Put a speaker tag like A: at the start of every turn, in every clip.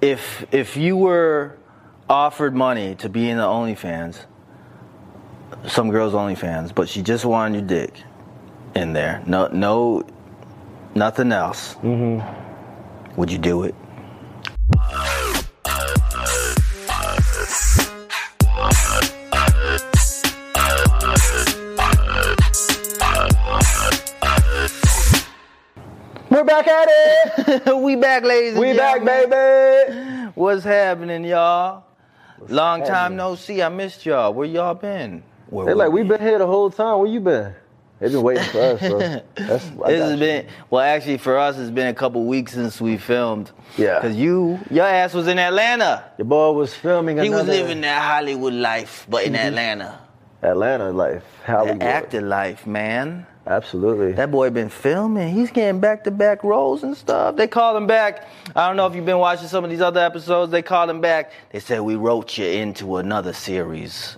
A: if if you were offered money to be in the OnlyFans, some girls OnlyFans, but she just wanted your dick in there, no no, nothing else. Mm-hmm. Would you do it? We're back at it. we back, ladies. and
B: We back,
A: gentlemen.
B: baby.
A: What's happening, y'all? Long time no see. I missed y'all. Where y'all been? Where
B: They
A: were
B: like
A: we-
B: we been here the whole time. Where you been? They been waiting for us, bro. That's I
A: This
B: got
A: has
B: you.
A: been well, actually, for us, it's been a couple weeks since we filmed.
B: Yeah.
A: Cause you, your ass was in Atlanta.
B: Your boy was filming.
A: He was
B: another Mm-hmm.
A: living that Hollywood life, but in Atlanta,
B: Atlanta life, Hollywood.
A: that actor life, man.
B: Absolutely.
A: That boy been filming. He's getting back to back roles and stuff. They called him back. I don't know if you've been watching some of these other episodes. They called him back. They said we wrote you into another series.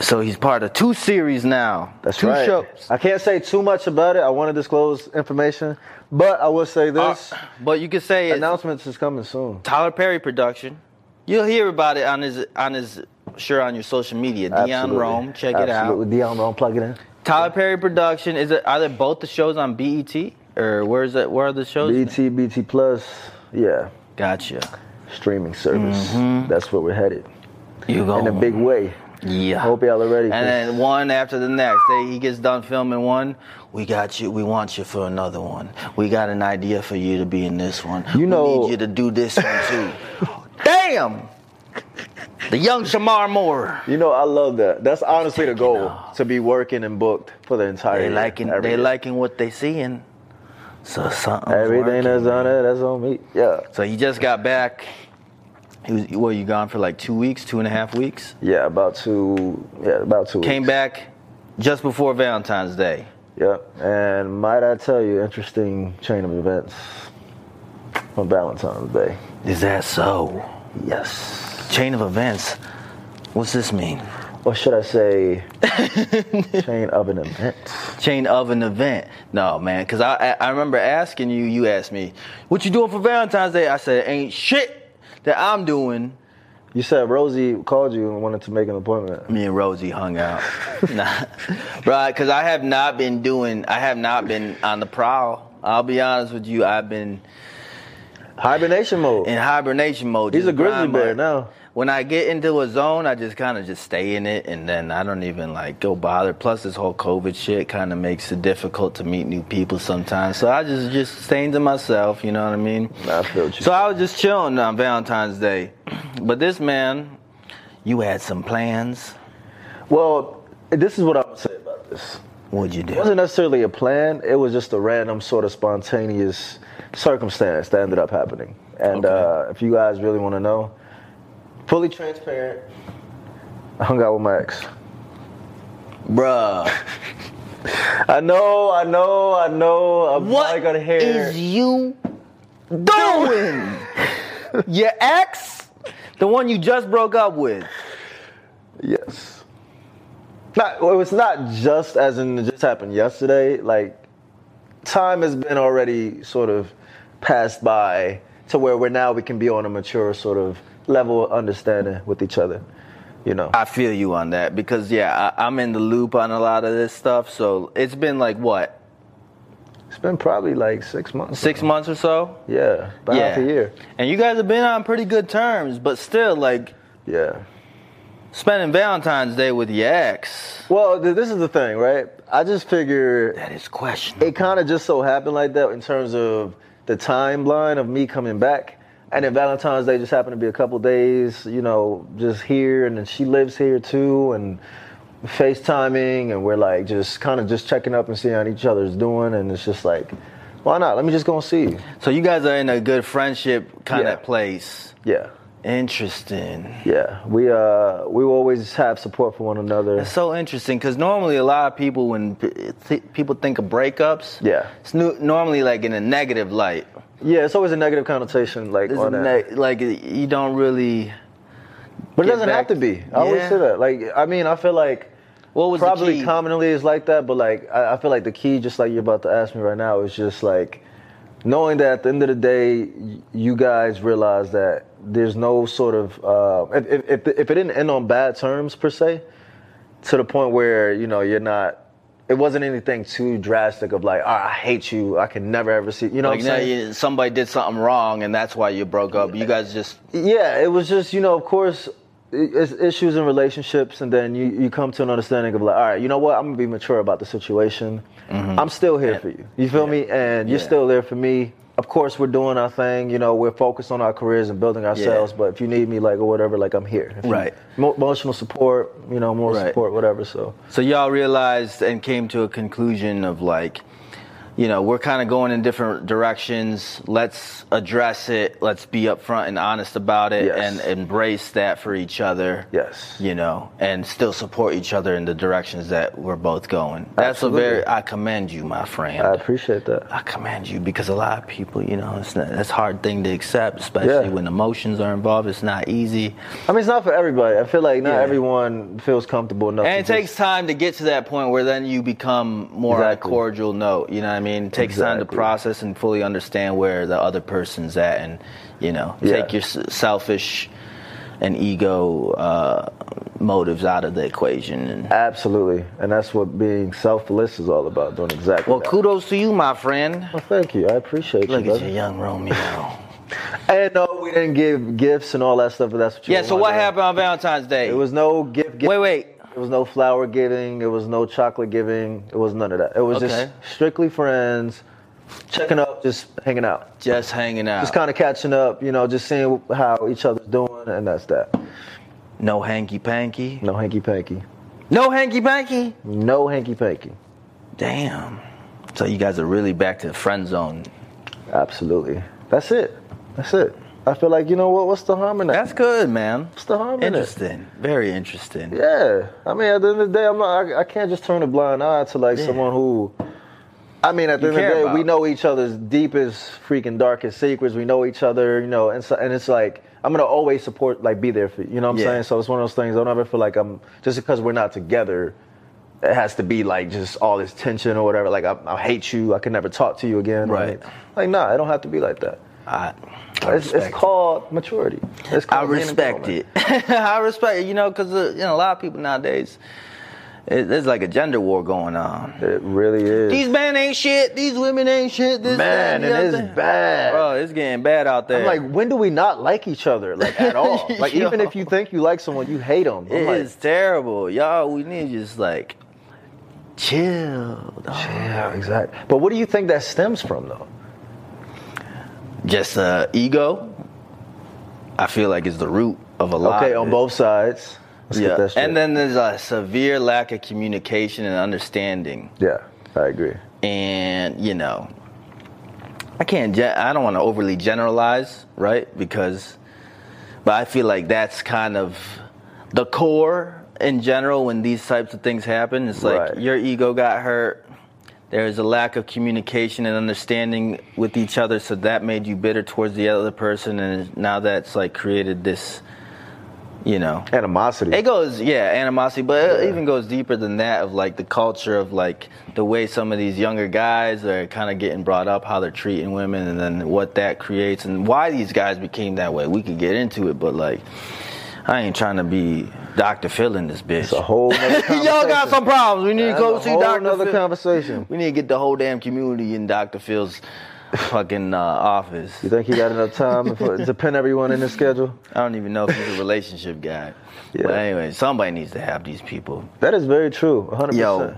A: So he's part of two series now.
B: That's
A: two
B: right. Uh,
A: shows.
B: I can't say too much about it. I want to disclose information, but I will say
A: Uh,
B: this:
A: but you could say it's
B: announcements is coming soon.
A: Tyler Perry production. You'll hear about it on his on his sure on your social media. Dion
B: Absolutely.
A: Rome, check it out.
B: Absolutely. Dion Rome, plug it in.
A: Tyler Perry production. Is it are they both the shows on BET or where is it? Where are the shows?
B: BT, BT Plus, yeah,
A: Gotcha.
B: streaming service. That's where we're headed
A: Mm-hmm. You go
B: in a big way.
A: Yeah.
B: I hope y'all are
A: And
B: ready. 'cause-
A: then one after the next. They, he gets done filming one. We got you. We want you for another one. We got an idea for you to be in this one.
B: You know-
A: we need you to do this one too. Damn. The young Shamar Moore.
B: You know, I love that. That's honestly the goal
A: off.
B: to be working and booked for the entire.
A: They
B: year,
A: liking.
B: every
A: They
B: year.
A: liking what they seeing. So something.
B: everything that's on it. That's on me. Yeah,
A: So you just got back. He was, well, you gone for like two weeks, two and a half weeks.
B: yeah. About two. Yeah, about two.
A: Came
B: weeks.
A: back just before Valentine's Day.
B: Yep. And might I tell you, interesting chain of events on Valentine's Day.
A: Is that so?
B: Yes.
A: Chain of events. What's this mean?
B: Or should I say, chain of an event?
A: Chain of an event. No, man, because I, I I remember asking you. You asked me, "What you doing for Valentine's Day?" I said, "Ain't shit that I'm doing."
B: You said Rosie called you and wanted to make an appointment.
A: Me and Rosie hung out, nah, bro. Because I have not been doing. I have not been on the prowl. I'll be honest with you. I've been
B: Hibernation mode.
A: in hibernation mode.
B: He's
A: just
B: a grizzly
A: grind
B: bear
A: mode.
B: now.
A: When I get into a zone, I just kind of just stay in it, and then I don't even like go bother. Plus, this whole COVID shit kind of makes it difficult to meet new people sometimes. So I just just staying to myself. You know what I mean?
B: I feel you.
A: So I was just chilling on Valentine's Day, but this man, you had some plans.
B: Well, this is what I would say about this.
A: What'd you do?
B: It wasn't necessarily a plan. It was just a random sort of spontaneous circumstance that ended up happening. And
A: Okay.
B: uh, if you guys really want to know, fully transparent, I hung out with my ex.
A: Bruh,
B: I know, I know, I know. I'm
A: what
B: probably
A: is
B: gonna hear.
A: you doing? Your ex, the one you just broke up with.
B: Yes. Not. Well, it's not just as in it just happened yesterday. Like, time has been already sort of passed by to where we're now we can be on a mature sort of level of understanding with each other. You know.
A: I feel you on that because yeah, I, I'm in the loop on a lot of this stuff. So it's been like what
B: It's been probably like six months.
A: six months or so.
B: Yeah, about half a year.
A: And you guys have been on pretty good terms, but still like
B: Yeah.
A: spending Valentine's Day with your ex.
B: Well, th- this is the thing, right? I just figure
A: That is questionable.
B: it kind of just so happened like that in terms of the timeline of me coming back. And then Valentine's Day just happened to be a couple days, you know, just here. And then she lives here too. And FaceTiming. And we're like just kind of just checking up and seeing how each other's doing. And it's just like, why not? Let me just go and see you.
A: So you guys are in a good friendship kind
B: Yeah.
A: of place.
B: Yeah.
A: Interesting.
B: Yeah. We, uh, we will always have support for one another.
A: It's so interesting because normally a lot of people when p- th- people think of breakups,
B: Yeah.
A: it's nu- normally like in a negative light.
B: Yeah, it's always a negative connotation, like
A: It's
B: on that.
A: ne- like you don't really.
B: but it
A: get
B: doesn't
A: back-
B: have to be. I always
A: Yeah.
B: say that. Like, I mean, I feel like
A: What was the
B: probably
A: key?
B: commonly is like that, but like I, I feel like the key, just like you're about to ask me right now, is just like knowing that at the end of the day, y- you guys realize that there's no sort of uh, if, if if if it didn't end on bad terms per se, to the point where you know you're not. It wasn't anything too drastic of like, "Ah, I hate you. I can never ever see. You know
A: Like
B: what I'm
A: now,
B: saying?
A: you, somebody did something wrong, and that's why you broke up. You guys just
B: yeah, it was just you know, of course, i- it's issues in relationships, and then you you come to an understanding of like, all right, you know what, I'm gonna be mature about the situation. I'm still here for you. You feel me? And you're
A: Mm-hmm. Yeah.
B: still there for me. Of course, we're doing our thing. You know, we're focused on our careers and building ourselves. But if you need me, like or whatever, like I'm here. If you-
A: Right.
B: mo- emotional support. You know, more
A: Right.
B: support, whatever. So
A: So y'all realized and came to a conclusion of like, you know, we're kind of going in different directions. Let's address it. Let's be upfront and honest about it,
B: Yes.
A: and embrace that for each other.
B: yes,
A: You know, and still support each other in the directions that we're both going. That's
B: Absolutely.
A: a very. I commend you, my friend.
B: I appreciate that.
A: I commend you because a lot of people, you know, it's not, that's a hard thing to accept, especially
B: Yeah.
A: when emotions are involved. It's not easy.
B: I mean, it's not for everybody. I feel like not
A: Yeah.
B: everyone feels comfortable enough.
A: And it
B: to
A: takes
B: just-
A: time to get to that point where then you become more on a
B: Exactly.
A: cordial note. You know what I mean? It takes time to
B: Exactly.
A: process and fully understand where the other person's at and, you know,
B: Yeah.
A: take your s- selfish and ego uh, motives out of the equation. And,
B: Absolutely, and that's what being selfless is all about. Doing exactly.
A: well,
B: that.
A: kudos to you, my friend.
B: Well, thank you. I appreciate
A: Look
B: you.
A: at you,
B: Brother.
A: young Romeo.
B: And no, we didn't give gifts and all that stuff. But that's what you.
A: yeah,
B: were
A: so what
B: wondering.
A: happened on Valentine's Day?
B: It was no gift. gift
A: Wait, wait.
B: There was no flower giving. There was no chocolate giving. It was none of that. It was
A: Okay.
B: just strictly friends, checking up, just hanging out,
A: Just hanging out.
B: just kind of catching up. You know, just seeing how each other's doing, and that's that.
A: no hanky panky.
B: No hanky panky.
A: No hanky panky.
B: No hanky panky.
A: Damn. So you guys are really back to the friend zone.
B: Absolutely. That's it. That's it. I feel like you know what? What's the harm in that?
A: That's good, man.
B: What's the harm in it?
A: Interesting. Very interesting.
B: Yeah, I mean, at the end of the day, I'm not. I, I can't just turn a blind eye to like
A: Yeah.
B: someone who. I mean, at the
A: You
B: end of the
A: care
B: day, we
A: about.
B: know each other's deepest, freaking darkest secrets. We know each other, you know, and so, and it's like I'm gonna always support, like, be there for you. You know what I'm
A: Yeah.
B: saying? So it's one of those things. I don't ever feel like I'm just because we're not together. It has to be like just all this tension or whatever. Like I, I hate you. I can never talk to you again.
A: Right.
B: Like nah, it don't have to be like that.
A: I, I
B: It's,
A: respect
B: it's called maturity. It's
A: it. I
B: called being a grown
A: respect
B: man.
A: it. I respect it. You know, because uh, you know a lot of people nowadays, it, there's like a gender war going on.
B: It really is.
A: These men ain't shit. These women ain't shit. This that,
B: Man,
A: the other
B: and
A: thing.
B: it's bad.
A: Bro, it's getting bad out there.
B: I'm like, when do we not like each other? Like at all? Like even if you think you like someone, you hate them.
A: It is terrible, y'all. We need to just like chill. dog.
B: yeah, exactly. But what do you think that stems from though?
A: Just uh, ego. I feel like it's the root of a lot.
B: Okay,
A: of
B: on
A: it.
B: both sides. Let's get
A: yeah.
B: that straight.
A: And then there's a severe lack of communication and understanding,
B: yeah, I agree.
A: and you know, I can't. Ge- I don't want to overly generalize, right? Because, but I feel like that's kind of the core in general when these types of things happen. It's like
B: Right.
A: your ego got hurt. There's a lack of communication and understanding with each other, so that made you bitter towards the other person, and now that's like created this, you know,
B: Animosity.
A: it goes, yeah, animosity, but
B: Yeah.
A: it even goes deeper than that of like the culture of like the way some of these younger guys are kind of getting brought up, how they're treating women, and then what that creates and why these guys became that way. We could get into it, but like, I ain't trying to be Dr. Phil in this bitch.
B: It's a whole nother
A: Y'all got some problems. We need to go
B: That's a
A: see
B: whole
A: Dr.
B: nother
A: Phil.
B: conversation.
A: We need to get the whole damn community in Dr. Phil's fucking uh, office.
B: You think he got enough time for- to pin everyone in his schedule?
A: I don't even know if he's a relationship guy.
B: Yeah.
A: But anyway, somebody needs to have these people.
B: That is very true. 100%.
A: Yo,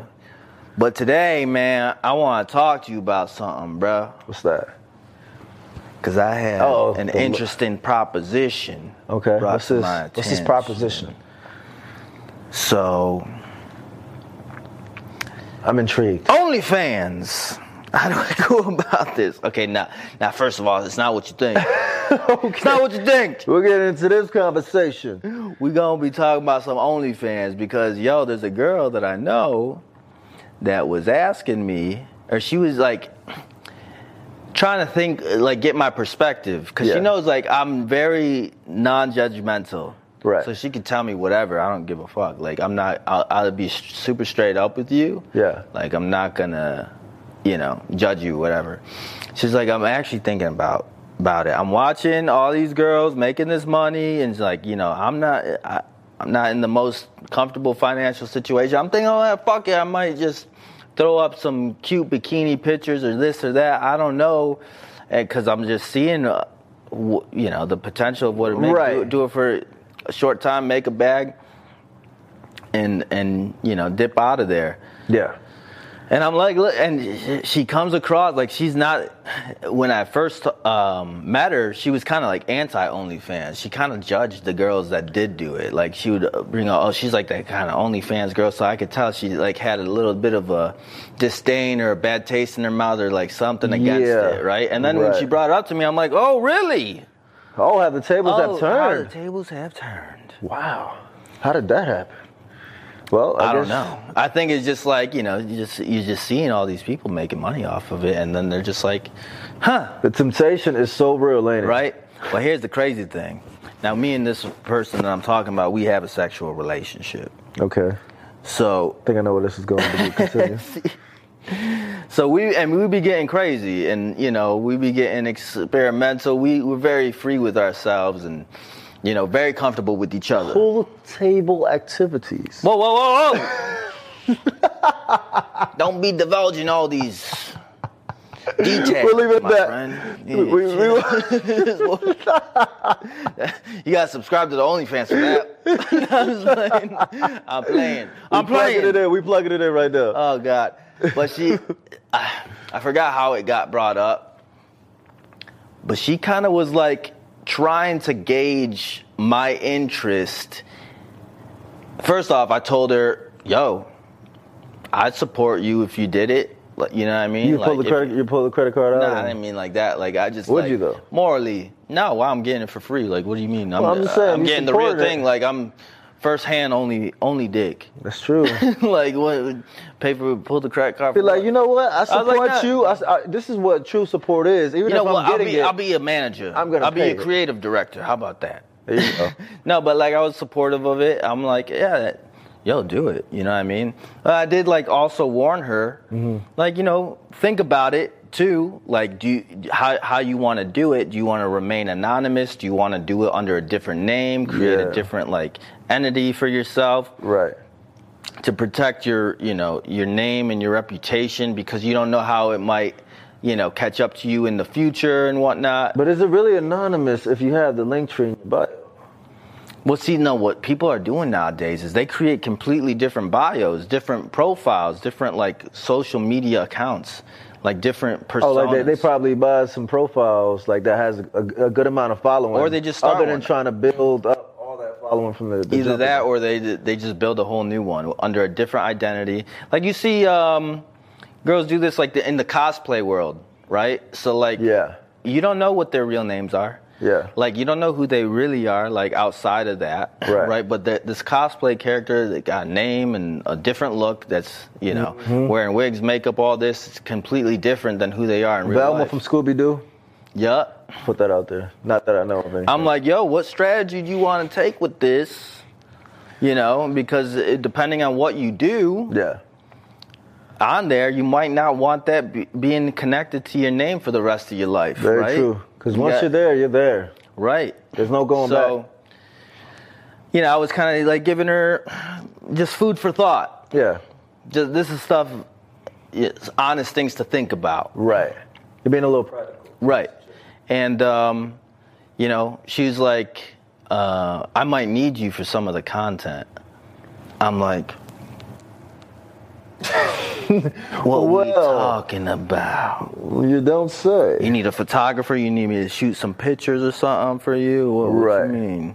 A: but today, man, I want to talk to you about something, bruh.
B: What's that?
A: Cause I have
B: Oh,
A: an
B: the-
A: interesting proposition.
B: Okay.
A: brought
B: What's
A: to
B: this?
A: my
B: What's this
A: attention.
B: proposition?
A: So,
B: I'm intrigued.
A: OnlyFans. How do I go about this? Okay, now, now, first of all, it's not what you think. It's not what you think.
B: We'll get into this conversation.
A: We gonna be talking about some OnlyFans because yo, there's a girl that I know that was asking me, or she was like trying to think, like get my perspective, because
B: Yeah.
A: she knows like I'm very non-judgmental.
B: Right.
A: So she could tell me whatever. I don't give a fuck. Like I'm not. I'll, I'll be s- super straight up with you.
B: Yeah.
A: Like I'm not gonna you know, judge you, whatever. She's like, I'm actually thinking about about it. I'm watching all these girls making this money, and it's like, you know, I'm not, I, I'm not in the most comfortable financial situation. I'm thinking, oh, ah, fuck it, I might just throw up some cute bikini pictures or this or that. I don't know, because I'm just seeing, uh, w- you know, the potential of what it makes.
B: Right.
A: Do, do it for a short time, make a bag, and and you know, dip out of there.
B: Yeah.
A: And I'm like, look, and sh- she comes across like she's not. When I first um, met her, she was kind of like anti OnlyFans. She kind of judged the girls that did do it. Like she would bring up, oh, she's like that kind of OnlyFans girl. So I could tell she like had a little bit of a disdain or a bad taste in her mouth or like something against
B: Yeah.
A: it, right? And then when she
B: Right.
A: brought it up to me, I'm like, oh, really?
B: Oh, have the tables
A: oh,
B: have
A: how the
B: turned.
A: tables have turned.
B: wow. How did that happen? Well, I,
A: I don't
B: guess-
A: know. I think it's just like you know, you just you're just seeing all these people making money off of it, and then they're just like, huh,
B: The temptation is so real, ain't it?
A: right? Well, here's the crazy thing. Now, me and this person that I'm talking about, we have a sexual relationship.
B: Okay.
A: So,
B: I think I know where this is going to be. Continue.
A: so we and we be getting crazy, and you know, we be getting experimental. We we're very free with ourselves, and you know, very comfortable with each other.
B: Pool table activities.
A: Whoa, whoa, whoa, whoa! Don't be divulging all these details.
B: We'll leave it at
A: my
B: that.
A: friend.
B: We- we-
A: you gotta subscribe to the OnlyFans for that. I'm playing. I'm playing. I'm
B: we plugging it
A: playing.
B: in. We plugging it in right now.
A: Oh God! But she, I, I forgot how it got brought up. But she kind of was like trying to gauge my interest. First off, I told her, "Yo, I'd support you if you did it." Like, you know what I mean?
B: you
A: like,
B: pull the
A: if-
B: credit. You pull the credit card out.
A: Nah, I
B: and-
A: didn't mean like that. Like I just
B: Would
A: like,
B: you, though?
A: morally. No, why I'm getting it for free? Like what do you mean? I'm,
B: Well, I'm just saying,
A: I'm
B: you
A: getting the real
B: supported it.
A: thing. Like I'm first hand only only dick.
B: That's true.
A: like what? Pay for pull the crack card.
B: Be like, you know what? I support
A: nah.
B: you. I s I this is what true support is. Even
A: You know
B: if I'm
A: what? I'll
B: getting
A: be,
B: it.
A: I'll be a manager.
B: I'm gonna
A: I'll be
B: pay
A: a
B: it.
A: creative director. How about that?
B: There you go.
A: no, but like I was supportive of it. I'm like, yeah, that, yo, do it. You know what I mean? Uh, I did like also warn her,
B: Mm-hmm.
A: like you know, think about it too. Like, do you, how how you want to do it? Do you want to remain anonymous? Do you want to do it under a different name? Create a
B: Yeah.
A: different like entity for yourself
B: right.
A: to protect your you know your name and your reputation because you don't know how it might you know catch up to you in the future and whatnot.
B: But is it really anonymous if you have the link tree in your bio?
A: Well, see, no, what people are doing nowadays is they create completely different bios, different profiles, different like social media accounts, like different personas.
B: Oh, like they, they probably buy some profiles like that has a, a good amount of following.
A: Or they just start
B: other than
A: one.
B: trying to build up all that following from the, the
A: either
B: jump.
A: that or they they just build a whole new one under a different identity. Like you see, um, girls do this like the, in the cosplay world, right? So like,
B: Yeah.
A: you don't know what their real names are.
B: Yeah.
A: Like you don't know who they really are, like outside of that,
B: Right.
A: But that this cosplay character that got a name and a different look. That's you know
B: Mm-hmm.
A: wearing wigs, makeup, all this. It's completely different than who they are in real
B: Velma
A: life.
B: from Scooby Doo.
A: yeah.
B: Put that out there. Not that I know of.
A: I'm like, yo, what strategy do you want to take with this? You know, because it, depending on what you do
B: yeah.
A: on there, you might not want that be, being connected to your name for the rest of your life.
B: Very
A: right?
B: true. Because once
A: got-
B: you're there, you're there.
A: right?
B: There's no going
A: so,
B: back.
A: you know, I was kind of like giving her just food for thought.
B: Yeah.
A: Just this is stuff, it's honest things to think about,
B: Right. You're being a little practical.
A: right? And um, you know, she was like, uh, "I might need you for some of the content." I'm like, "What we
B: Well.
A: talking about?
B: You don't
A: You
B: say.
A: need a photographer? You need me to shoot some pictures or something for you? What, what
B: Right.
A: you mean?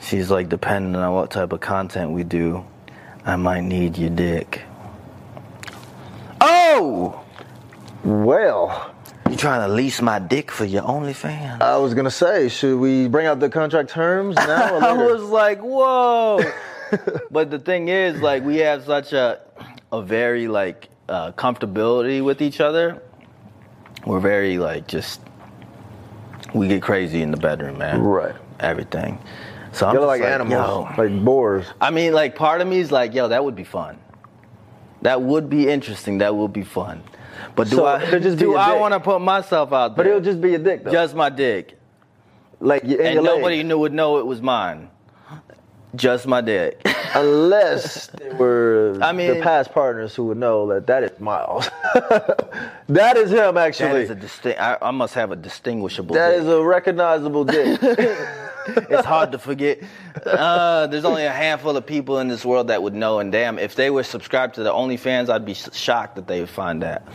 A: She's like, depending on what type of content we do, I might need your dick. Oh!
B: Well,
A: You trying to lease my dick for your OnlyFans?
B: I was gonna say, should we bring out the contract terms now?
A: I
B: Or later?
A: was like, whoa. but the thing is, like, we have such a a very like uh, comfortability with each other. We're very like just we get crazy in the bedroom, man.
B: Right.
A: Everything. So I'm
B: Y'all are
A: just
B: like,
A: like
B: animals,
A: yo.
B: like boars.
A: I mean, like, part of me is like, yo, that would be fun. That would be interesting. That would be fun. But do
B: So,
A: I
B: it'll just be
A: do
B: a
A: I
B: dick.
A: want to put myself out there?
B: But it'll just be your dick though.
A: just my dick,
B: like your, in
A: and
B: your leg.
A: nobody knew would know it was mine. Just my dick.
B: unless they were
A: I mean-
B: the past partners who would know that that is Miles. that is him actually.
A: that is a distinct. I, I must have a distinguishable.
B: that
A: dick.
B: is a recognizable dick.
A: it's hard to forget. Uh, there's only a handful of people in this world that would know, and damn, if they were subscribed to the OnlyFans, I'd be sh- shocked that they would find that.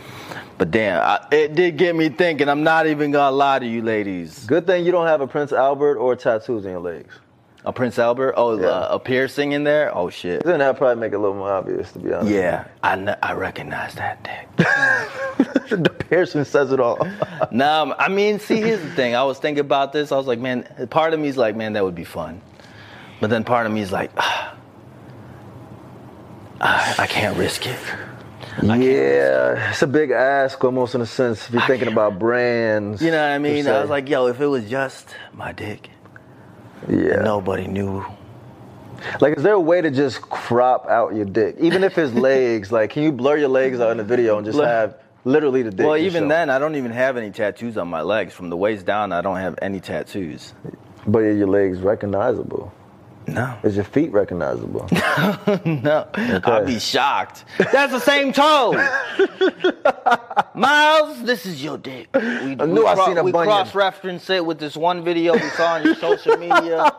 A: But damn, I, it did get me thinking. I'm not even gonna lie to you, ladies.
B: Good thing you don't have a Prince Albert or tattoos in your legs.
A: A Prince Albert, oh,
B: Yeah.
A: uh, a piercing in there, oh shit.
B: Then that probably make it a little more obvious, to be honest.
A: Yeah, I kn- I recognize that dick.
B: the piercing says it all.
A: no, I mean, see, here's the thing. I was thinking about this. I was like, man, part of me's like, man, that would be fun, but then part of me's like, ah, I, I can't risk it.
B: yeah, it's a big ask, almost in a sense, if you're thinking
A: can't-
B: about brands.
A: You know what I
B: per
A: mean?
B: se.
A: I was like, yo, if it was just my dick,
B: yeah.
A: nobody knew.
B: Like, is there a way to just crop out your dick, even if it's legs? Like, can you blur your legs out in the video and just
A: Look.
B: have literally the dick?
A: Well,
B: just
A: even
B: shown?
A: then, I don't even have any tattoos on my legs. From the waist down, I don't have any tattoos.
B: But are your legs recognizable?
A: No,
B: Is your feet recognizable?
A: no, I'd be shocked. That's the same toe. Miles, this is your dick. We, I
B: knew I seen a
A: We
B: bunion.
A: cross-referenced it with this one video we saw on your social media.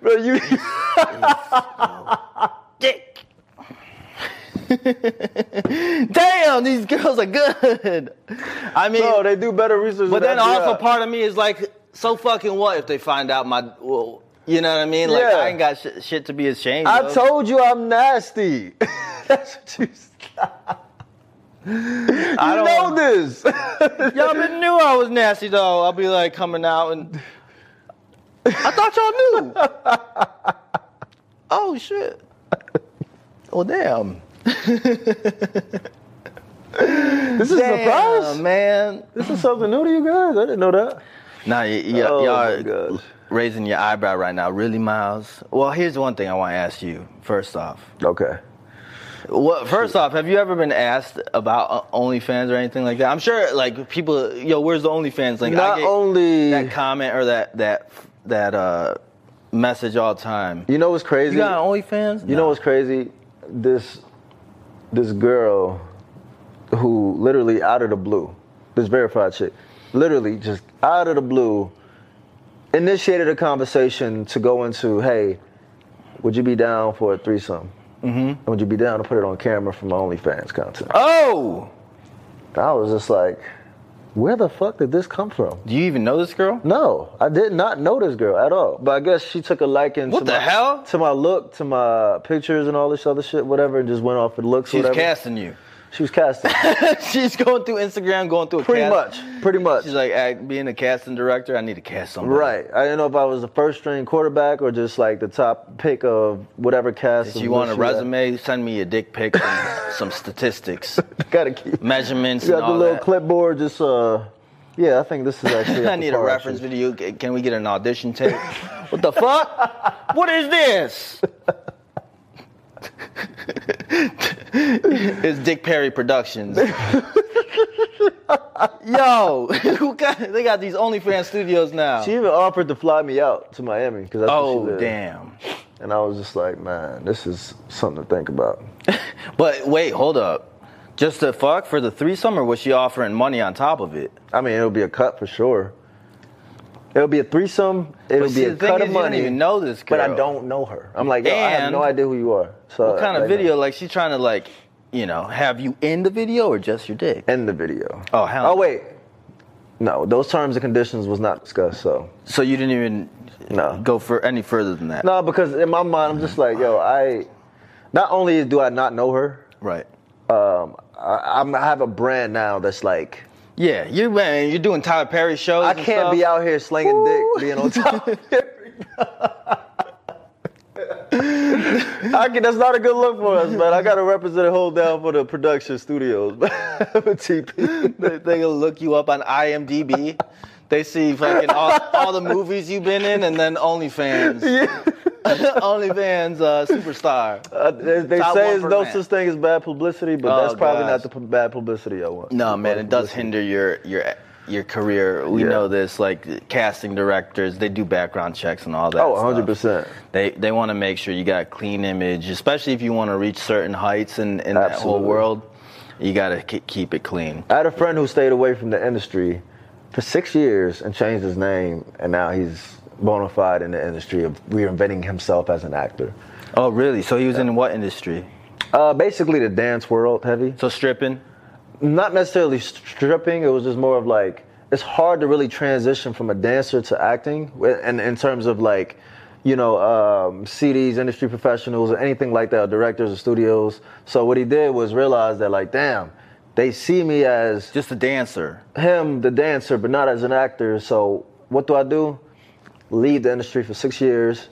B: Bro, you
A: dick. Damn, these girls are good. I mean,
B: no, they do better research.
A: But
B: than
A: then
B: FBI.
A: also part of me is like, so fucking what if they find out my, well, you know what I mean? Like
B: Yeah.
A: I ain't got sh- shit to be ashamed
B: I
A: of.
B: told you I'm nasty. That's what you.
A: I
B: I
A: don't-
B: know this.
A: y'all been knew I was nasty though. I'll be like coming out and I thought y'all knew. oh shit. Well damn.
B: this is a surprise.
A: Damn, man.
B: This is something new to you guys. I didn't know that.
A: Nah, y- y-
B: Oh, my
A: y'all
B: gosh.
A: raising your eyebrow right now. Really, Miles? Well, here's one thing I want to ask you. First off,
B: Okay.
A: Well, first off, have you ever been asked about uh, OnlyFans or anything like that? I'm sure, like people, yo, where's the OnlyFans link?
B: Not
A: I get
B: only
A: that comment or that that that uh, message all the time.
B: you know what's crazy.
A: You got an OnlyFans?
B: You know what's crazy? This this girl who literally out of the blue, this verified chick, literally just out of the blue, initiated a conversation to go into, hey, would you be down for a threesome? Mm-hmm. Would you be down to put it on camera for my OnlyFans content?
A: Oh,
B: I was just like, where the fuck did this come from?
A: do you even know this girl?
B: No, I did not know this girl at all. But I guess she took a liking
A: What
B: to
A: the
B: my,
A: hell?
B: to my look, to my pictures and all this other shit, whatever, and just went off with looks. or
A: She's
B: whatever.
A: casting you.
B: She was casting.
A: She's going through Instagram, going through a
B: pretty
A: cast-
B: much. Pretty much.
A: She's like, "Hey, being a casting director, I need to cast somebody.
B: right. I didn't know if I was the first string quarterback or just like the top pick of whatever cast.
A: If
B: of
A: you
B: what
A: want a
B: she had.
A: resume, send me a dick pic, and some statistics,
B: Gotta keep. You
A: measurements, and
B: got the
A: all
B: little
A: that.
B: clipboard. Just uh, yeah. I think this is actually.
A: I
B: up
A: need a
B: to par,
A: reference
B: actually.
A: video. C- Can we get an audition tape? what the fuck? What is this? it's Dick Perry Productions. Yo, who got, they got these OnlyFans studios now.
B: She even offered to fly me out to Miami because that's where she
A: oh
B: lived.
A: damn!
B: And I was just like, man, this is something to think about.
A: But wait, hold up. Just to fuck for the threesome, or was she offering money on top of it?
B: I mean, it'll be a cut for sure. It'll be a threesome. It'll
A: But
B: be
A: see,
B: a
A: the thing
B: cut
A: is,
B: of
A: you don't
B: money.
A: even know this
B: But I
A: girl.
B: don't know her. I'm like, yo, I have
A: And-
B: no idea who you are. So
A: What kind of
B: like,
A: video? Like she trying to like, you know, have you in the video or just your dick?
B: End the video.
A: Oh, hell
B: Oh
A: no.
B: wait, no. Those terms and conditions was not discussed. So
A: So you didn't even
B: No.
A: go for any further than that.
B: no, because in my mind, I'm just like, yo, I. Not only do I not know her,
A: Right.
B: um, I, I'm, I have a brand now that's like.
A: Yeah, you man, you're doing Tyler Perry shows.
B: I
A: and
B: can't be
A: stuff.
B: out here slinging dick, being on top. of everything. I can, that's not a good look for us, man. I gotta represent a whole down for the production studios, man. for TP.
A: They- They'll look you up on IMDb. they see fucking all, all the movies you've been in, and then OnlyFans.
B: Yeah.
A: OnlyFans uh, superstar.
B: Uh, they they
A: Top
B: say there's no
A: 1%.
B: such thing as bad publicity, but
A: Oh,
B: that's probably
A: gosh.
B: not the p- bad publicity I want.
A: No,
B: The
A: man,
B: bad
A: it does
B: publicity.
A: hinder your your your career. We
B: Yeah.
A: know this. Like casting directors, they do background checks and all that.
B: Oh,
A: stuff.
B: 100%.
A: They they want to make sure you got a clean image, especially if you want to reach certain heights in, in that whole
B: Absolutely.
A: world. You got to k- keep it clean.
B: I had a friend who stayed away from the industry for six years and changed his name, and now he's bona fide in the industry of reinventing himself as an actor.
A: Oh, really? So he was in what industry?
B: Uh, basically, the dance world heavy.
A: So stripping.
B: Not necessarily stripping. It was just more of like it's hard to really transition from a dancer to acting, wi- and in terms of like you know um, CDs, industry professionals, or anything like that, or directors or studios. So what he did was realize that like, damn, they see me as
A: Just a dancer.
B: him, the dancer, but not as an actor. So what do I do? Leave the industry for six years,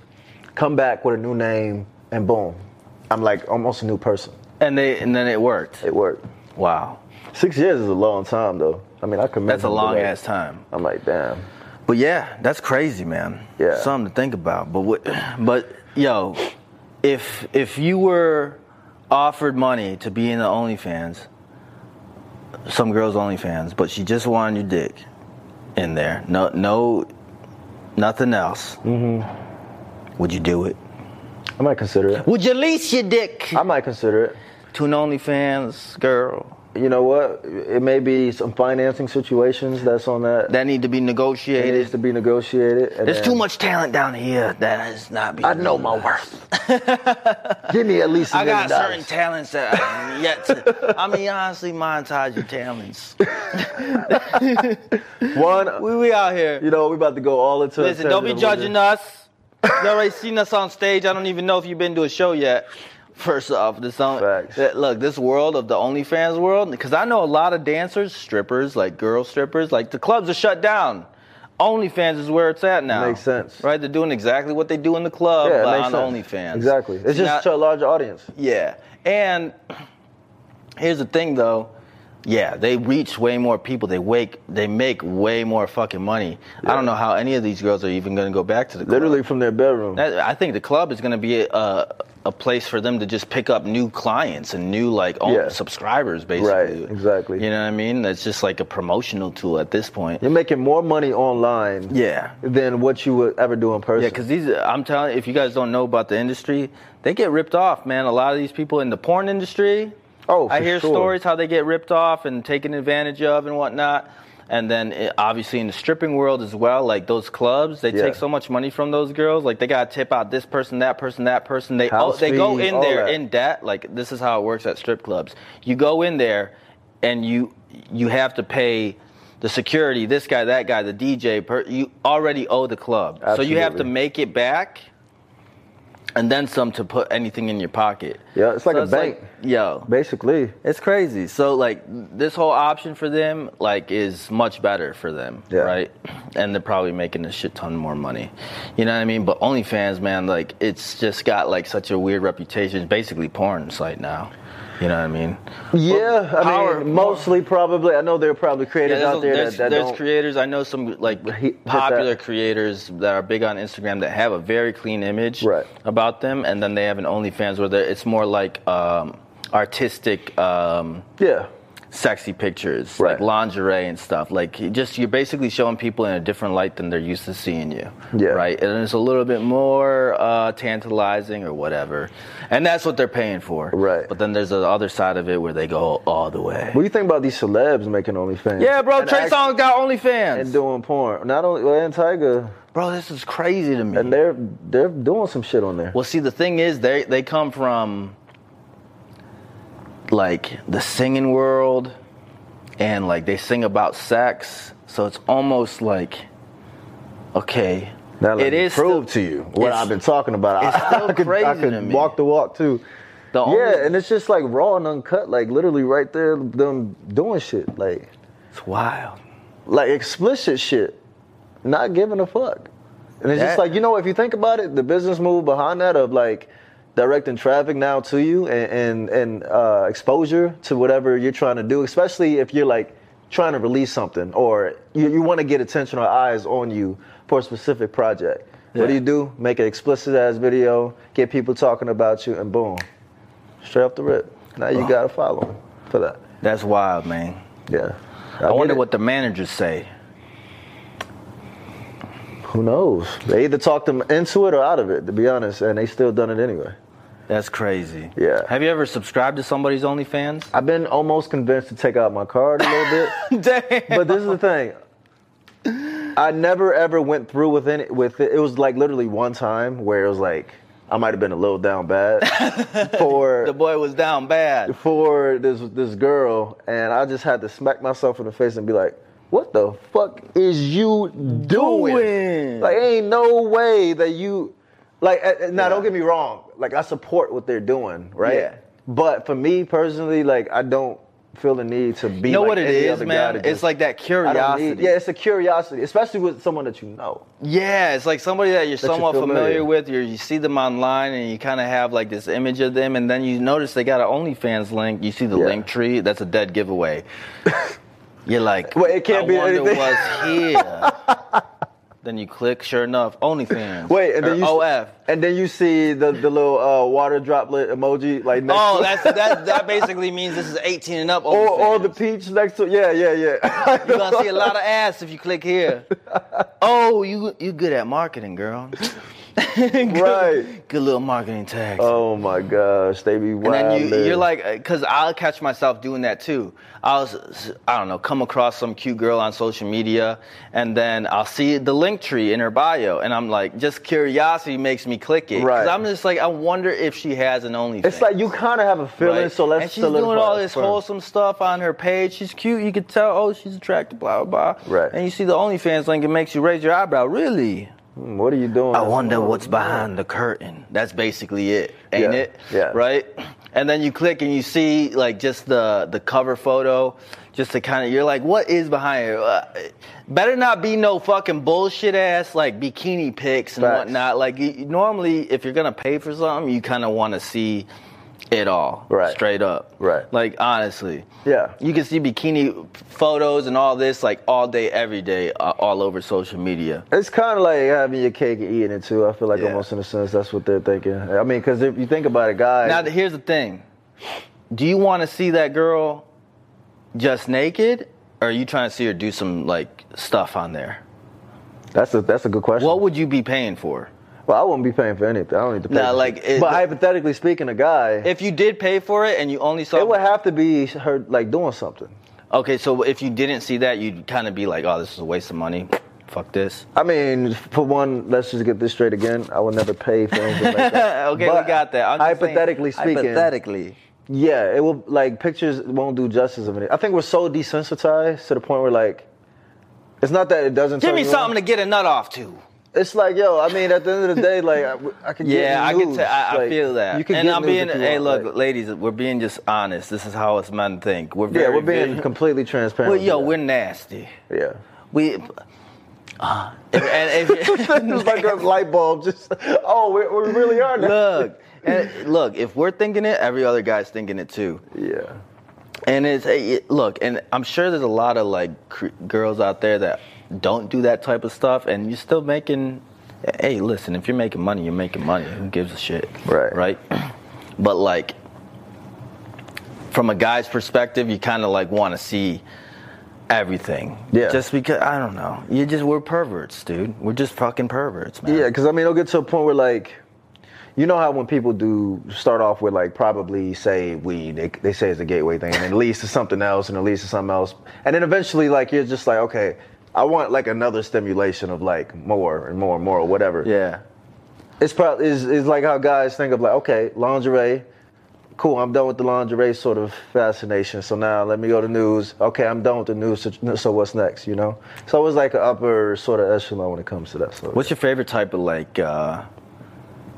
B: come back with a new name, and boom, I'm like almost a new person.
A: And they and then it worked.
B: It worked.
A: Wow,
B: Six years is a long time, though. I mean, I commend.
A: that's a
B: him for
A: long
B: that.
A: ass time.
B: I'm like, damn.
A: But yeah, that's crazy, man.
B: Yeah.
A: Something to think about. But what but yo, if if you were offered money to be in the OnlyFans, some girl's OnlyFans, but she just wanted your dick in there. No no nothing else. Mm-hmm.
B: Mm-hmm.
A: Would you do it?
B: I might consider it.
A: Would you lease your dick
B: I might consider it.
A: to an OnlyFans girl?
B: You know what? It may be some financing situations that's on that.
A: That need to be
B: it
A: negotiated.
B: needs to be negotiated. and
A: There's
B: then-
A: too much talent down here that is not being
B: I know my worth. Give me at least.
A: I
B: a
A: got
B: million dollars.
A: certain talents that I yet to. I mean, honestly, monetize your talents.
B: One,
A: We, we out here.
B: you know, we about to go all into.
A: Listen, don't be judging us. You already seen us on stage. I don't even know if you've been to a show yet. First off, this on,
B: Facts.
A: that- look this world of the OnlyFans world because I know a lot of dancers, strippers, like girl strippers, like the clubs are shut down. OnlyFans is where it's at now.
B: Makes sense.
A: right? They're doing exactly what they do in the club,
B: Yeah, it
A: but
B: makes
A: on
B: sense.
A: OnlyFans.
B: Exactly. It's
A: See,
B: just
A: now-
B: to a larger audience.
A: Yeah. And here's the thing though. Yeah, they reach way more people. They wake they make way more fucking money. I don't know how any of these girls are even going to go back to the club.
B: Literally from their bedroom.
A: That- I think the club is going to be a a place for them to just pick up new clients and new like own
B: Yeah.
A: subscribers basically.
B: Right, exactly.
A: You know what I mean? That's just like a promotional tool at this point.
B: You're making more money online
A: Yeah.
B: than what you would ever do in person.
A: Yeah, because these, I'm telling if you guys don't know about the industry, they get ripped off, man. A lot of these people in the porn industry.
B: Oh,
A: I
B: for
A: hear
B: sure.
A: stories how they get ripped off and taken advantage of and whatnot. And then eh, obviously in the stripping world as well, like those clubs, they
B: Yeah.
A: take so much money from those girls. Like they gotta tip out this person, that person, that person. They oh,
B: House
A: they go
B: fee,
A: in
B: all
A: there
B: that.
A: in debt. Like this is how it works at strip clubs. You go in there, and you you have to pay the security, this guy, that guy, the DJ. Per, you already owe the club, so you have to
B: Absolutely.
A: make it back, and then some to put anything in your pocket.
B: Yeah, it's like
A: So
B: a bank.
A: like, yo,
B: Basically.
A: it's crazy. So like this whole option for them like is much better for them,
B: Yeah.
A: right? And they're probably making a shit ton more money. You know what I mean? But OnlyFans, man, like it's just got like such a weird reputation. It's basically porn site now. You know what I mean?
B: Yeah, I
A: power-
B: mean, mostly probably. I know there are probably
A: Yeah,
B: creators
A: there's,
B: out there
A: there's,
B: that, that
A: there's
B: don't.
A: creators. I know some like
B: He- hit
A: popular
B: that.
A: creators that are big on Instagram that have a very clean image
B: Right.
A: about them, and then they have an OnlyFans where they're- it's more like um, artistic. Um,
B: yeah,
A: sexy pictures, like
B: Right.
A: lingerie and stuff. Like you just you're basically showing people in a different light than they're used to seeing you.
B: Yeah.
A: Right. And it's a little bit more uh, tantalizing or whatever, and that's what they're paying for.
B: Right.
A: But then there's the other side of it where they go all the way.
B: what do you think about these celebs making OnlyFans?
A: yeah, bro.
B: And
A: Trey
B: act-
A: Songz got OnlyFans.
B: and doing porn. Not only well, and Tiger,
A: bro, this is crazy to me.
B: and they're they're doing some shit on there.
A: Well, see, the thing is, they they come from like the singing world, and like they sing about sex, so it's almost like okay,
B: Now let
A: it
B: me
A: is
B: prove
A: still-
B: to you what
A: it's-
B: I've been talking about.
A: it's still
B: I could, I
A: crazy
B: could
A: to me.
B: walk the walk too.
A: The
B: yeah,
A: only-
B: and it's just like raw and uncut, like literally right there, them doing shit, like
A: It's wild.
B: like explicit shit, not giving a fuck. And it's just
A: That-
B: like you know, if you think about it, the business move behind that of like directing traffic now to you and and, and uh, exposure to whatever you're trying to do, especially if you're like trying to release something or you, you want to get attention or eyes on you for a specific project. What do
A: Yeah.
B: you do? Make an explicit ass video, get people talking about you, and boom, straight off the rip. Now you gotta follow 'em for that.
A: That's wild, man.
B: Yeah.
A: I,
B: get
A: wonder
B: it.
A: what the managers say.
B: Who knows? They either talked them into it or out of it, to be honest, and they still done it anyway.
A: That's crazy.
B: Yeah.
A: Have you ever subscribed to somebody's OnlyFans?
B: I've been almost convinced to take out my card a little bit.
A: Damn.
B: but this is the thing. I never ever went through with any with it. It was like literally one time where it was like I might have been a little down bad
A: the
B: for
A: boy was down bad.
B: for this this girl, and I just had to smack myself in the face and be like, "What the fuck is you doing?
A: Doing.
B: Like, ain't no way that you like. uh, uh, Now,
A: Yeah.
B: don't get me wrong. Like, I support what they're doing, right?
A: Yeah.
B: But for me personally, like, I don't feel the need to be.
A: You know
B: like
A: what it
B: any
A: is,
B: other guy
A: man?
B: to
A: It's
B: just-
A: like that
B: I don't
A: curiosity.
B: need- yeah, it's a curiosity, especially with someone that you know.
A: Yeah, it's like somebody that you're
B: you're
A: somewhat familiar.
B: familiar.
A: with. You're, you see them online, and you kind of have like this image of them, and then you notice they got an OnlyFans link. You see the
B: Yeah.
A: link tree. That's a dead giveaway. you're like,
B: Well, it can't
A: I
B: be
A: wonder
B: anything.
A: what's here. then you click. Sure enough, OnlyFans.
B: Wait, and
A: Or
B: then you
A: OF.
B: and then you see the the little uh, water droplet emoji like next
A: Oh,
B: to
A: that's that. That basically means this is 18 and up.
B: or, or the
A: OnlyFans.
B: peach next to yeah yeah yeah.
A: You're gonna see a lot of ass if you click here. Oh, you you good at marketing, girl. Good-
B: Right.
A: Good little marketing tag.
B: oh my gosh, they be
A: and
B: wild.
A: then you, you're like, because I'll catch myself doing that too. I'll, s- I don't know, come across some cute girl on social media, and then I'll see the link tree in her bio, and I'm like, just curiosity makes me click it. 'Cause
B: Right.
A: I'm just like, I wonder if she has an OnlyFans.
B: it's like you kind of have a feeling,
A: Right.
B: so let's
A: and she's doing
B: solidify
A: all this
B: first.
A: wholesome stuff on her page. She's cute. You could tell. Oh, she's attractive. Blah blah blah.
B: Right.
A: And you see the OnlyFans link. It makes you raise your eyebrow. Really.
B: Hmm, What are you doing?
A: I wonder what's behind the curtain. That's basically it, ain't
B: Yeah,
A: it?
B: yeah.
A: Right. And then you click and you see like just the the cover photo, just to kind of you're like, what is behind it? Uh, better not be no fucking bullshit ass like bikini pics and
B: Facts.
A: whatnot. Like you, you- normally, if you're gonna pay for something, you kind of want to see it all,
B: Right.
A: Straight up,
B: Right.
A: Like honestly,
B: Yeah.
A: You can see bikini photos and all this like all day, every day, uh, all over social media.
B: It's kind of like having your cake and eating it too. I feel like
A: Yeah.
B: almost in a sense that's what they're thinking. I mean, because if you think about it, guys,
A: Now, th- here's the thing. Do you want to see that girl just naked, or are you trying to see her do some like stuff on there?
B: that's a that's a good question.
A: What would you be paying for?
B: Well, I wouldn't be paying for anything. I don't need to pay.
A: Nah,
B: for
A: like,
B: anything.
A: it-
B: but hypothetically speaking, a guy,
A: If you did pay for it and you only saw,
B: it would have to be her like doing something.
A: okay, so if you didn't see that, you'd kind of be like, "Oh, this is a waste of money. Fuck this."
B: I mean, for one, let's just get this straight again. I would never pay for anything like that.
A: okay,
B: But
A: we got that. I'm just saying-
B: hypothetically speaking,
A: hypothetically,
B: yeah, it will. Like pictures won't do justice of it. I think we're so desensitized to the point where like, it's not that it doesn't.
A: give
B: turn
A: me
B: you
A: something
B: on.
A: to get a nut off to.
B: It's like, yo, I mean, at the end of the day, like, I, I can get
A: Yeah, I can
B: news.
A: tell. I, I
B: Like,
A: feel that.
B: You can
A: and
B: get
A: I'm
B: news
A: being,
B: if you
A: hey,
B: want,
A: look,
B: like-
A: ladies, we're being just honest. This is how us men think. We're
B: yeah,
A: very
B: we're being
A: vis-
B: completely transparent.
A: Well,
B: with
A: yo,
B: that.
A: we're nasty.
B: yeah.
A: We. Uh, and
B: it's like a
A: if,
B: light bulb. Just oh, we, we really are. Now.
A: look, and look, if we're thinking it, every other guy's thinking it too.
B: Yeah.
A: And it's it, look, and I'm sure there's a lot of like cr- girls out there that don't do that type of stuff, and you're still making. Hey, listen, if you're making money, you're making money. Who gives a shit?
B: Right.
A: Right. But like, from a guy's perspective, you kind of like want to see everything.
B: Yeah.
A: Just because I don't know, you just we're perverts, dude. We're just fucking perverts, man.
B: Yeah, because I mean, it'll get to a point where like, you know how when people do start off with like probably say weed, they, they say it's a gateway thing, and it leads to something else, and it leads to something else, and then eventually like you're just like, okay, I want like another stimulation of like more and more and more or whatever.
A: Yeah.
B: It's probably is is like how guys think of like, okay, lingerie. Cool, I'm done with the lingerie sort of fascination. So now let me go to news. Okay, I'm done with the news. So, so what's next? You know. So it's like an upper sort of echelon when it comes to that. So
A: What's your favorite type of like uh,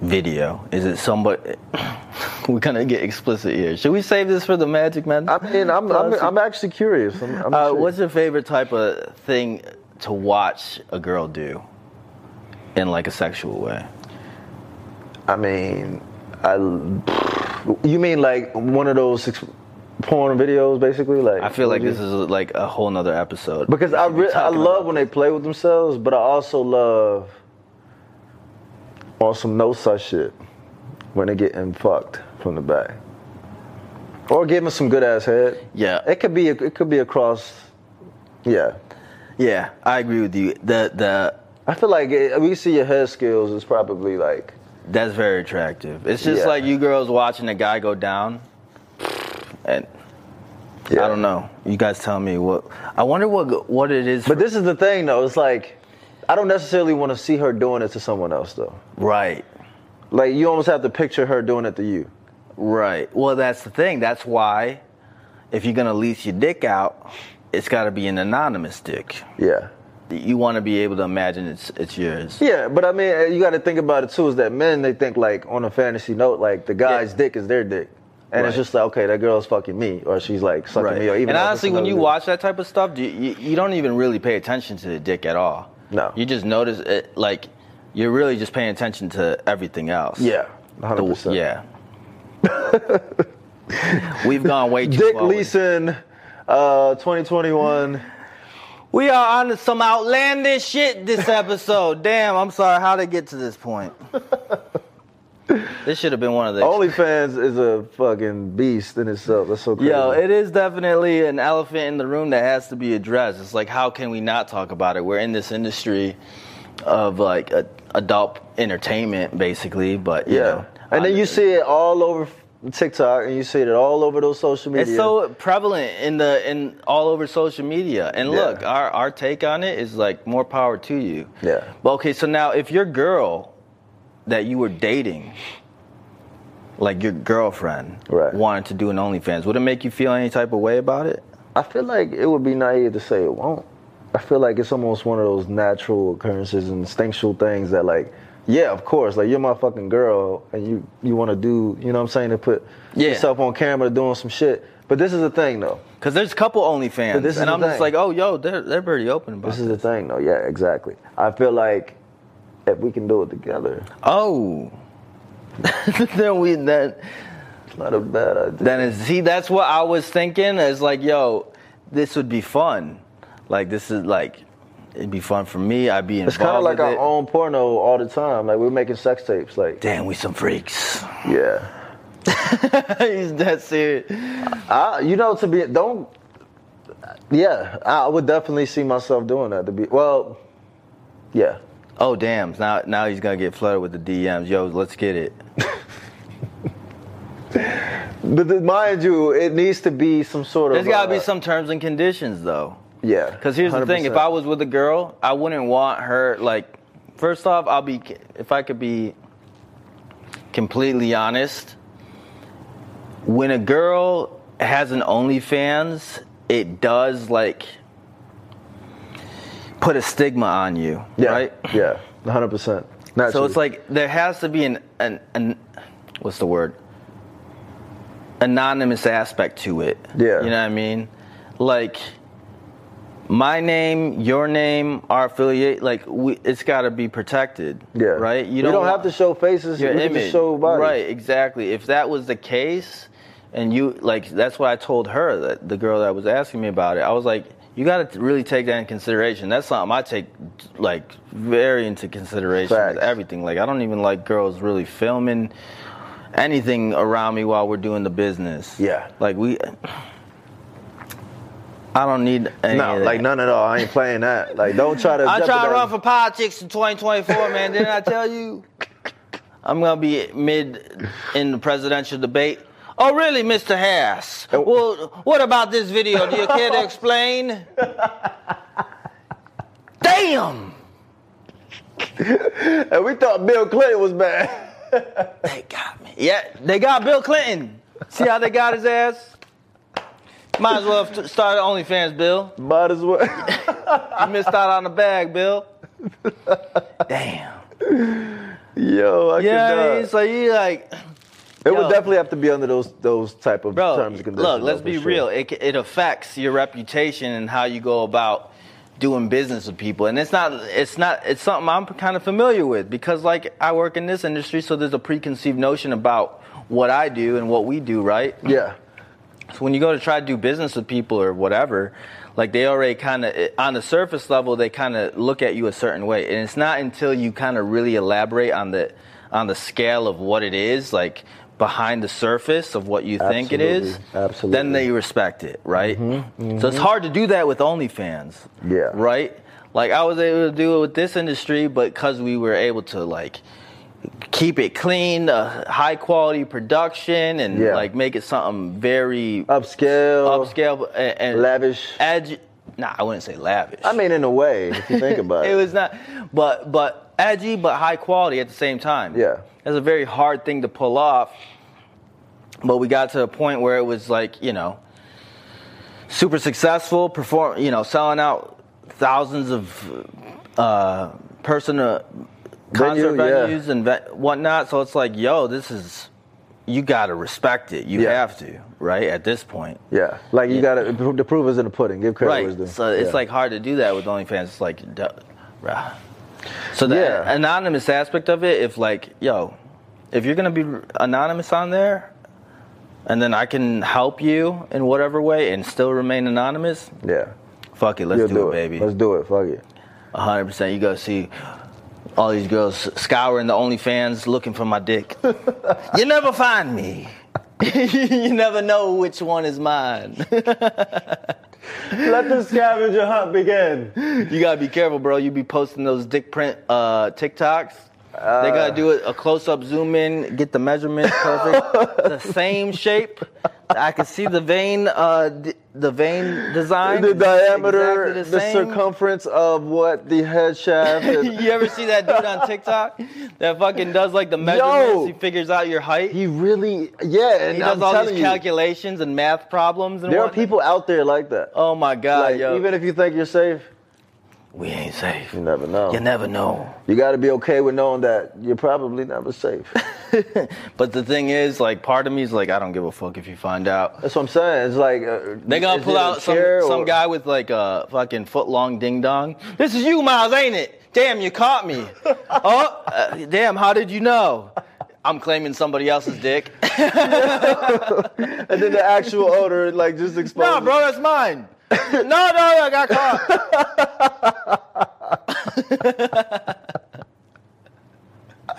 A: video? Is it somebody? We're gonna get explicit here. Should we save this for the Magic Man?
B: I mean, I'm I'm, I'm actually curious. I'm, I'm
A: uh,
B: intrigued.
A: what's your favorite type of thing to watch a girl do in like a sexual way?
B: I mean, I. You mean like one of those ex- porn videos, basically? Like
A: I feel like
B: would you-
A: this is like a whole nother episode.
B: because
A: We
B: I
A: should be
B: re- I
A: talking
B: love
A: about
B: when they play with themselves, but I also love on some no such shit when they getting fucked from the back, or give them some good ass head.
A: Yeah.
B: it could be it could be across. Yeah,
A: Yeah, I agree with you. The the
B: I feel like it, we see your head skills is probably like
A: that's very attractive. It's just
B: Yeah.
A: like you girls watching a guy go down, and
B: yeah.
A: I don't know. You guys tell me what. I wonder what go- what it is.
B: But
A: for-
B: this is the thing though. It's like I don't necessarily want to see her doing it to someone else though.
A: right,
B: Like you almost have to picture her doing it to you.
A: right. Well, that's the thing. That's why if you're gonna lease your dick out, it's got to be an anonymous dick.
B: Yeah.
A: You want to be able to imagine it's it's yours.
B: Yeah, but I mean, uh, you got to think about it too. Is that men they think like on a fantasy note, like the guy's
A: Yeah.
B: dick is their dick, and it's
A: Right.
B: just like okay, that girl's fucking me, or she's like sucking me, or even
A: and
B: though
A: honestly,
B: this is
A: when you
B: another
A: watch that type of stuff, you, you you don't even really pay attention to the dick at all.
B: No.
A: you just notice it. Like you're really just paying attention to everything else.
B: dude. yeah,
A: The-
B: hundred percent.
A: yeah. We've gone way too
B: Dick
A: far with-
B: Leeson, uh, 2021.
A: We are on to some outlandish shit this episode. Damn, I'm sorry. How to get to this point? this should have been one of the
B: OnlyFans is a fucking beast in itself. That's so crazy.
A: Yo, it is definitely an elephant in the room that has to be addressed. It's like, how can we not talk about it? We're in this industry of like a, adult entertainment, basically. But you
B: yeah.
A: know,
B: and then
A: I-
B: you see it all over TikTok, and you see it all over those social media.
A: it's so prevalent in the in all over social media. And
B: Yeah.
A: look, our our take on it is like more power to you.
B: Yeah.
A: But okay, so now if your girl that you were dating, like your girlfriend,
B: Right.
A: wanted to do an OnlyFans, would it make you feel any type of way about it?
B: I feel like it would be naive to say it won't. I feel like it's almost one of those natural occurrences and instinctual things that like, yeah, of course, like you're my fucking girl and you you want to do, you know what I'm saying, to put
A: Yeah.
B: yourself on camera doing some shit. But this is the thing though.
A: Cause there's a couple OnlyFans,
B: But this is
A: and
B: the
A: I'm just
B: thing.
A: like, oh, yo, they're they're pretty open about
B: This
A: this.
B: is the thing though. Yeah, exactly. I feel like if we can do it together,
A: oh, then we then
B: it's not a bad idea.
A: then is see that's what I was thinking. Is like, yo, this would be fun. Like this is like, it'd be fun for me. I'd be involved.
B: It's kind of like
A: with
B: our
A: it.
B: own porno all the time. Like we're making sex tapes. Like
A: Damn, we some freaks.
B: yeah.
A: He's that serious.
B: I, you know, to be don't. Yeah, I would definitely see myself doing that. To be well, yeah,
A: Oh damn! Now now he's gonna get flooded with the DMs. Yo, let's get it.
B: but th- mind you, it needs to be some sort of.
A: There's gotta
B: uh,
A: be some terms and conditions though.
B: Yeah,
A: Because here's the thing: if I
B: 100%.
A: was with a girl, I wouldn't want her. Like, first off, I'll be if I could be completely honest. When a girl has an OnlyFans, it does like put a stigma on you,
B: yeah,
A: right?
B: yeah, one hundred percent.
A: So it's like there has to be an an, an what's the word? Anonymous aspect to it.
B: Yeah.
A: You know what I mean? Like my name, your name, our affiliate, like we, it's got to be protected.
B: yeah,
A: Right?
B: You don't, have
A: want
B: to show faces.
A: your
B: you can
A: image.
B: just show bodies.
A: Right, exactly. If that was the case and you like that's why I told her that the girl that was asking me about it. I was like you got to really take that in consideration. That's something I take like very into consideration with
B: Facts.
A: everything. Like I don't even like girls really filming anything around me while we're doing the business.
B: Yeah.
A: Like we I don't need any
B: No,
A: of that.
B: like none at all. I ain't playing that. Like, don't try to.
A: I'm trying to run
B: jeopardize-
A: for politics in 2024, man. Didn't I tell you? I'm gonna be mid in the presidential debate. Oh, really, Mr. Harris? Well, what about this video? Do you care to explain? Damn!
B: And we thought Bill Clinton was bad.
A: They got me. Yeah, they got Bill Clinton. See how they got his ass? Might as well have started OnlyFans, Bill.
B: Might as well.
A: You missed out on the bag, Bill. Damn.
B: Yo, I
A: Yeah,
B: cannot.
A: I mean, so you like.
B: It
A: Yo.
B: would definitely have to be under those those type of
A: bro.
B: terms and conditions.
A: Look, let's
B: though, for
A: be
B: sure.
A: real. It it affects your reputation and how you go about doing business with people. And it's not it's not it's something I'm kind of familiar with because like I work in this industry, so there's a preconceived notion about what I do and what we do, right?
B: Yeah,
A: So when you go to try to do business with people or whatever, Like they already kind of on the surface level, they kind of look at you a certain way, and it's not until you kind of really elaborate on the on the scale of what it is, like behind the surface of what you think it is,
B: Absolutely, absolutely. Mm-hmm.
A: then they respect it, right? So it's hard to do that with OnlyFans,
B: Yeah.
A: right? Like I was able to do it with this industry, but because we were able to like keep it clean, uh, high quality production, and
B: Yeah.
A: like make it something very
B: Upscale.
A: upscale and, and
B: Lavish.
A: Adu- nah, I wouldn't say lavish.
B: I mean, in a way, if you think about it.
A: It was not, but but edgy, but high quality at the same time.
B: Yeah.
A: that's a very hard thing to pull off. But we got to a point where it was like you know, super successful, perform, you know, selling out thousands of uh, person uh, concert
B: Venue, yeah.
A: venues and ve- whatnot. So it's like, yo, this is you got to respect it. You
B: Yeah.
A: have to, right? At this point,
B: Yeah, like you
A: Yeah.
B: got to the proof is in the pudding. Give credit where
A: right.
B: it's due.
A: So it's
B: Yeah.
A: like hard to do that with OnlyFans. It's like, duh, rah. so the
B: Yeah.
A: anonymous aspect of it. If like, yo, if you're gonna be anonymous on there, and then I can help you in whatever way and still remain anonymous.
B: yeah,
A: Fuck it, let's
B: You'll
A: do, it, baby.
B: Let's do it. Fuck it.
A: hundred percent. You go see all these girls scouring the OnlyFans looking for my dick. you never find me. you never know which one is mine.
B: Let the scavenger hunt begin.
A: you gotta be careful, bro. You be posting those dick print uh, TikToks. they gotta do it, a close up zoom in, get the measurements perfect, the same shape. I can see the vein, uh, d- the vein design,
B: The
A: It's
B: diameter,
A: exactly
B: the, circumference of what the head shaft. Is.
A: you ever see that dude on TikTok that fucking does like the measurements?
B: Yo!
A: He figures out your height. He,
B: he really, yeah. And
A: does
B: I'm
A: all
B: telling
A: these
B: you,
A: calculations and math problems. And
B: there are
A: whatnot.
B: people out there like that.
A: Oh my god,
B: like,
A: yo!
B: even if you think you're safe,
A: we ain't safe.
B: you never know.
A: You never know.
B: you got to be okay with knowing that you're probably never safe.
A: But the thing is, like, part of me is like, I don't give a fuck if you find out.
B: That's what I'm saying. It's like uh,
A: They gonna
B: is
A: pull
B: it a
A: out some,
B: chair
A: some
B: or-
A: guy with like a fucking foot long ding dong. This is you, Miles, ain't it? Damn, you caught me. oh, uh, damn, how did you know? I'm claiming somebody else's dick.
B: and then the actual odor like just explodes.
A: no, bro, that's mine. no, no, I got caught.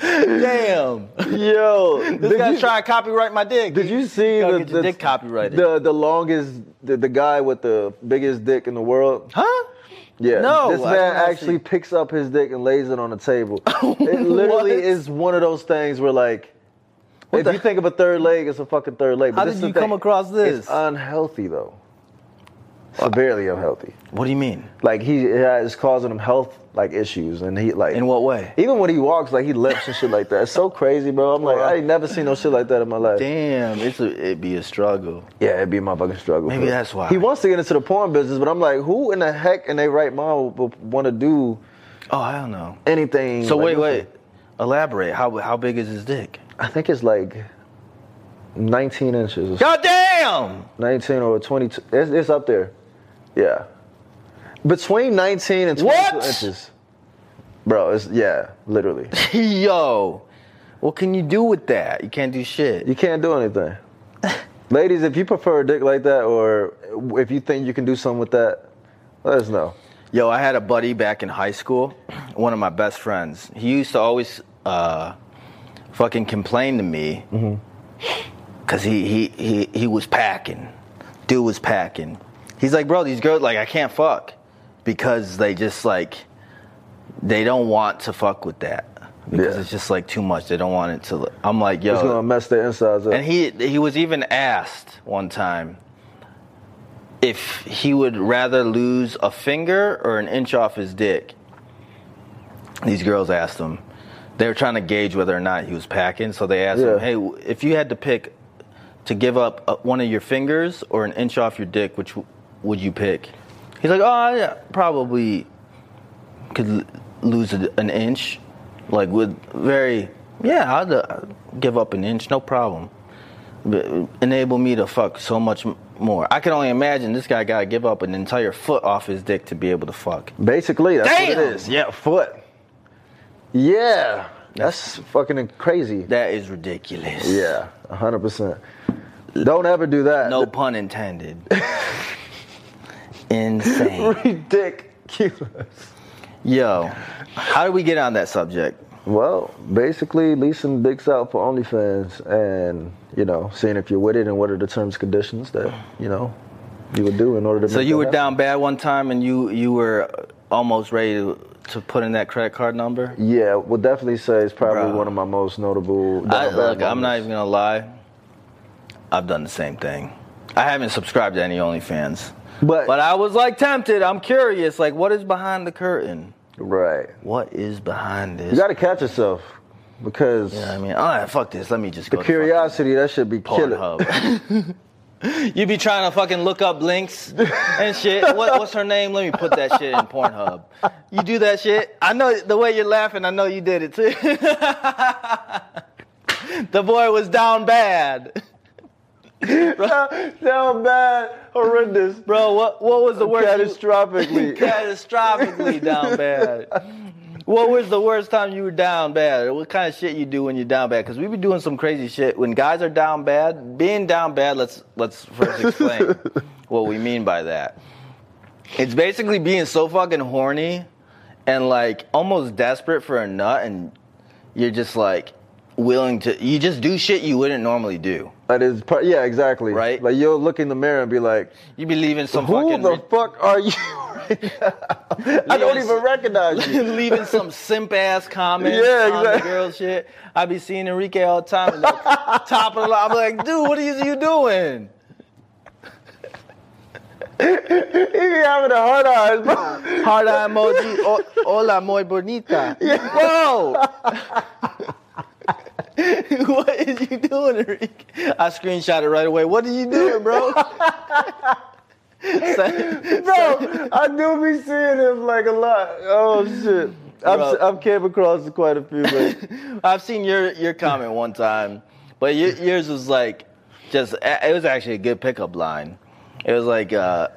A: damn.
B: Yo,
A: This
B: did
A: guy's
B: you-
A: trying to copyright my dick.
B: Did you see
A: Gotta
B: the,
A: get your
B: the
A: dick copyrighted.
B: The the longest the, the guy with the biggest dick in the world?
A: Huh?
B: Yeah.
A: No,
B: This
A: I did
B: man
A: not
B: actually
A: see.
B: picks up his dick and lays it on the table. it literally
A: What?
B: is one of those things where like if
A: the-
B: you think of a third leg, it's a fucking third leg. But
A: How
B: this
A: did
B: is the
A: you come
B: thing.
A: across this?
B: It's uh, unhealthy though. Severely unhealthy.
A: What do you mean?
B: Like he it is causing him health like issues and he like
A: In what way?
B: even when he walks, like he lifts and shit like that. It's so crazy, bro. I'm like, I ain't never seen no shit like that in my life.
A: Damn, it's a, it'd be a struggle.
B: Yeah, it'd be my fucking struggle.
A: Maybe
B: bro.
A: that's why.
B: He wants to get into the porn business, but I'm like, who in the heck in their right mind would want to do
A: Oh, I don't know.
B: anything?
A: So
B: like
A: wait,
B: this?
A: wait, elaborate. How how big is his dick?
B: I think it's like 19 inches, or
A: God damn!
B: 19 or 22. It's, it's up there. Yeah. Between 19 and 22
A: What?
B: inches. Bro, it's, yeah, literally.
A: Yo, what can you do with that? You can't do shit.
B: You can't do anything. Ladies, if you prefer a dick like that or if you think you can do something with that, let us know.
A: Yo, I had a buddy back in high school, one of my best friends. He used to always uh, fucking complain to me
B: Mm-hmm.
A: because he, he he he was packing. Dude was packing. He's like, bro, these girls like I can't fuck because they just like they don't want to fuck with that because
B: Yeah.
A: it's just like too much. They don't want it to. I'm like, yo,
B: It's going to mess their insides up.
A: Uh, and he he was even asked one time if he would rather lose a finger or an inch off his dick. These girls asked him. They were trying to gauge whether or not he was packing, so they asked
B: Yeah.
A: him, "Hey, w- if you had to pick to give up uh, one of your fingers or an inch off your dick, which w- would you pick?" He's like, "Oh, yeah, probably could l- lose a, an inch, like with very yeah, I'd uh, give up an inch, no problem. But enable me to fuck so much m- more. I can only imagine this guy got to give up an entire foot off his dick to be able to fuck.
B: Basically, that's what
A: Damn!
B: it is. Yeah, foot. Yeah, that's fucking crazy.
A: That is ridiculous.
B: Yeah, hundred percent. Don't ever do that.
A: No pun intended. insane.
B: Ridiculous.
A: Yo, how did we get on that subject?
B: Well, basically, leasing dicks out for OnlyFans and, you know, seeing if you're with it and what are the terms and conditions that, you know, you would do in order to
A: So
B: make
A: you
B: that
A: were
B: happen.
A: down bad one time, and you you were almost ready to, to put in that credit card number.
B: Yeah, would definitely say it's probably
A: Bro.
B: one of my most notable. down
A: I,
B: bad
A: look, I'm not
B: moments.
A: even gonna lie. I've done the same thing. I haven't subscribed to any OnlyFans,
B: But,
A: but I was like tempted. I'm curious. Like, what is behind the curtain?
B: right,
A: What is behind this?
B: you got to catch yourself because
A: You know what I mean, all right, fuck this. Let me just go.
B: the curiosity that should be killing.
A: Pornhub. you be trying to fucking look up links and shit. What, what's her name? Let me put that shit in Pornhub. You do that shit. I know the way you're laughing. I know you did it too. the boy was down bad,
B: Sound sound bad, horrendous,
A: bro. What what was the worst?
B: catastrophically.
A: Catastrophically down bad. What was the worst time you were down bad? Or what kind of shit you do when you're down bad? Because we be doing some crazy shit. When guys are down bad, being down bad, let's let's first explain what we mean by that. It's basically being so fucking horny and like almost desperate for a nut and you're just like willing to you just do shit you wouldn't normally do.
B: that is, part, yeah, exactly.
A: Right?
B: like you'll look in the mirror and be like,
A: You be leaving some
B: "Who
A: fucking
B: the
A: ri-
B: fuck are you?" I don't even recognize you.
A: leaving some simp ass comments
B: Yeah,
A: on the
B: exactly.
A: girl shit. I be seeing Enrique all the time, and like, top of the line. I'm like, dude, what is you doing?
B: You be having a hard eyes, bro.
A: Hard eye emoji. "O- Hola, muy bonita. Whoa. what is you doing, Enrique? I screenshot it right away. What are you doing, bro? Send-
B: Bro, I do be seeing him like a lot. Oh shit. I've,
A: Bro.
B: I've came across quite a few, but
A: I've seen your your comment one time, but your, yours was like just it was actually a good pickup line. It was like uh,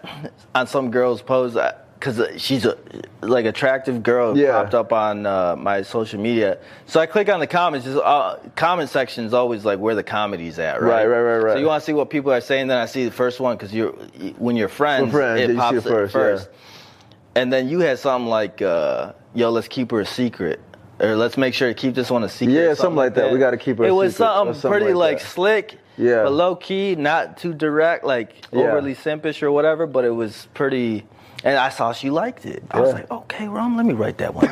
A: on some girl's post because she's a like attractive girl
B: Yeah.
A: popped up on uh, my social media. So I click on the comments. It's, uh, comment section is always like where the comedy's at, right?
B: Right, right, right, right.
A: So you want to see what people are saying. Then I see the first one because you're when you're friends,
B: We're friends,
A: it
B: you see
A: pops
B: it
A: up
B: first,
A: first.
B: yeah.
A: And then you had something like, uh, "Yo, let's keep her a secret." Or let's make sure to keep this one a secret.
B: Yeah,
A: or
B: something like that. We gotta keep her
A: It
B: a
A: was
B: secret or
A: something,
B: something
A: pretty
B: like
A: like,
B: that.
A: slick,
B: Yeah.
A: but low key, not too direct, like
B: Yeah.
A: overly simpish or whatever. But it was pretty, and I saw she liked it. I was
B: Yeah.
A: like, okay, Rom, let me write that one.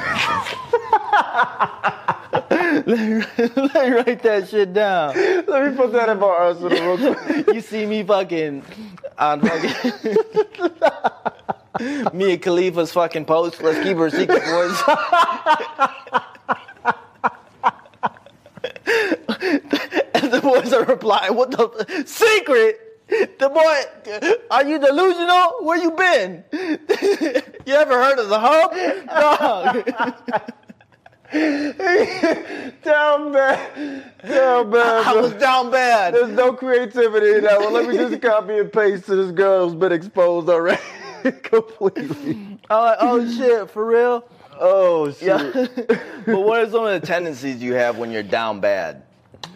A: down. let, me, let me write that shit down.
B: let me put that in my arsenal real quick.
A: You see me fucking on fucking me and Khalifa's fucking post. Let's keep her secret, boys. and the boys are replying, "What the f- secret?" The boy, are you delusional? Where you been? you ever heard of the hub? Dog.
B: Down bad. Down bad.
A: I
B: bro.
A: was down bad.
B: There's no creativity in that one. Let me just copy and paste to this girl who's been exposed already completely.
A: I'm like, oh shit, for real?
B: Oh shit.
A: Yeah. but what are some of the tendencies you have when you're down bad?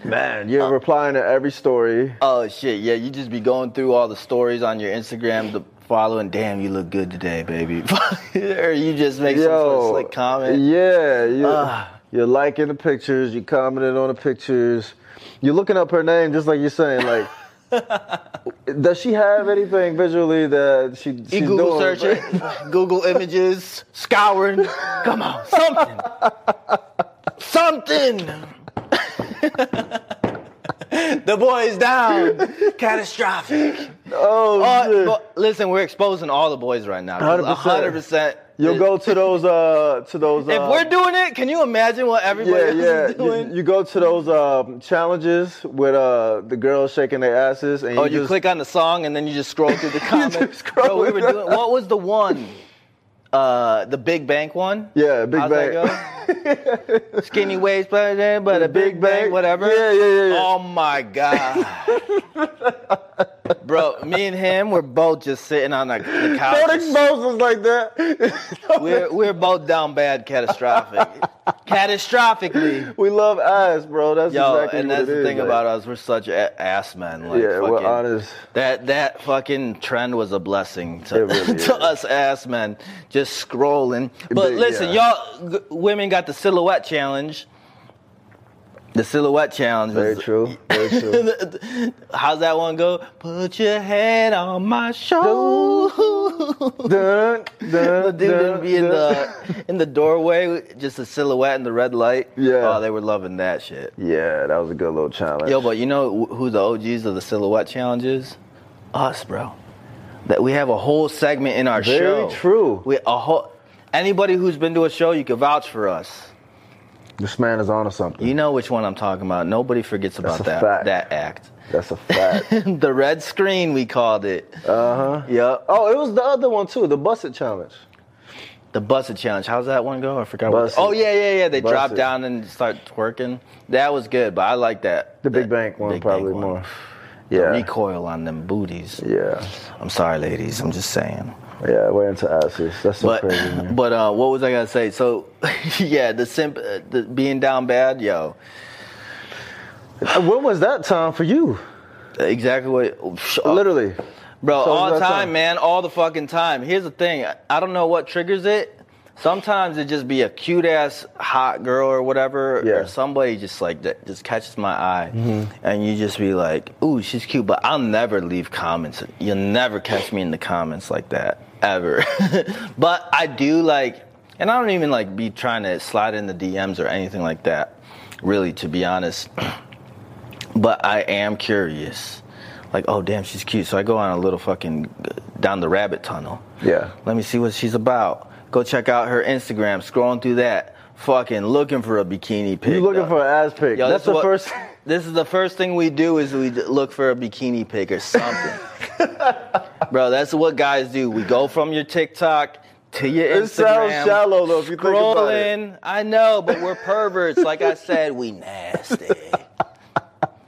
B: Man, you're replying to every story.
A: Oh shit, yeah, you just be going through all the stories on your Instagram to follow and damn, you look good today, baby. or you just make some sort of slick comment.
B: Yeah, you,
A: Ah.
B: you're liking the pictures, you're commenting on the pictures, you're looking up her name just like you're saying. Like, does she have anything visually that she, she's
A: You Google
B: doing?
A: search it, Google images, scouring. Come on, something. something. the boy is down. Catastrophic.
B: Oh,
A: Uh,
B: shit.
A: but listen, we're exposing all the boys right now.
B: 100%.
A: 100%.
B: you'll go to those uh to those.
A: If
B: uh,
A: we're doing it, can you imagine what everybody else is
B: You-
A: doing?
B: You, go to those um, challenges with uh, the girls shaking their asses, and
A: Oh,
B: you,
A: you
B: just,
A: click on the song and then you just scroll through the comments.
B: just scroll
A: Bro, we were
B: through.
A: doing, what was the one? Uh, the Big Bank one.
B: Yeah, Big
A: How's
B: Bang.
A: that go? Skinny waist, but but a Big, Oh
B: Big
A: Bang,
B: Bang.
A: whatever.
B: Yeah, yeah, yeah, yeah.
A: Oh my god. bro. Me and him, we're both just sitting on the, the
B: Don't
A: couch.
B: expose us like that.
A: We're we're both down bad, catastrophic, catastrophically.
B: we love ass, bro. That's
A: Yo,
B: exactly
A: and
B: what
A: that's
B: it
A: the
B: is,
A: thing
B: like-
A: about us. We're such a- ass men. Like,
B: yeah,
A: fucking,
B: we're honest.
A: That that fucking trend was a blessing to,
B: It really is.
A: to us ass men, just scrolling. But
B: But,
A: listen,
B: yeah.
A: y'all g- women got the silhouette challenge. The silhouette challenge.
B: Very
A: was-
B: true. Very true.
A: How's that one go? Put your head on my shoulder.
B: dun, dun,
A: the dude
B: dun,
A: would be in
B: dun.
A: the in the doorway, just a silhouette in the red light.
B: Yeah.
A: oh, they were loving that shit.
B: Yeah, that was a good little challenge.
A: Yo, but you know wh- who the OGs of the silhouette challenge is? Us, bro. That we have a whole segment in our
B: Very
A: show.
B: true.
A: We a whole. Anybody who's been to a show, you can vouch for us.
B: this man is onto something.
A: You know which one I'm talking about. Nobody forgets about
B: a
A: that
B: fact.
A: that act.
B: That's a fact.
A: the red screen, we called it.
B: Uh huh.
A: Yup.
B: Oh, it was the other one too, the busted challenge.
A: The busted challenge. How's that one go? I forgot.
B: Bus
A: What
B: it.
A: oh yeah, yeah, yeah. They
B: Bus
A: drop
B: it.
A: down and start twerking. That was good, but I like that.
B: The Big
A: That-
B: Bang one
A: Big Bang
B: probably
A: one.
B: more.
A: The
B: Yeah.
A: recoil on them booties.
B: Yeah.
A: I'm sorry, ladies. I'm just saying.
B: Yeah, we're into asses. That's so
A: but
B: crazy, man.
A: but uh, what was I gonna say? So yeah, the simp, uh, the being down bad, yo.
B: Uh, when was that time for you?
A: Exactly what. Uh,
B: Literally.
A: Bro,
B: So
A: all the
B: that's
A: time,
B: all.
A: man, all the fucking time. Here's the thing, I- I don't know what triggers it. Sometimes it just be a cute ass hot girl or whatever,
B: Yeah. Mm-hmm.
A: or somebody just like that just catches my eye, and you just be like, "Ooh, she's cute," but I'll never leave comments. You'll never catch me in the comments like that ever. but I do like, and I don't even like be trying to slide in the DMs or anything like that. Really, to be honest, but I am curious. Like, oh damn, she's cute. So I go on a little fucking uh, down the rabbit tunnel.
B: Yeah.
A: Let me see what she's about. Go check out her Instagram. Scrolling through that, fucking looking for a bikini pic.
B: You looking
A: dog.
B: for an ass pic.
A: Yo, this
B: That's the
A: is what-
B: first
A: This is the first thing we do is we d- look for a bikini pic or something. Bro, that's what guys do. We go from your TikTok to your Instagram.
B: It sounds shallow though if you think about it.
A: Scrolling. I know, but we're perverts. Like I said, we nasty.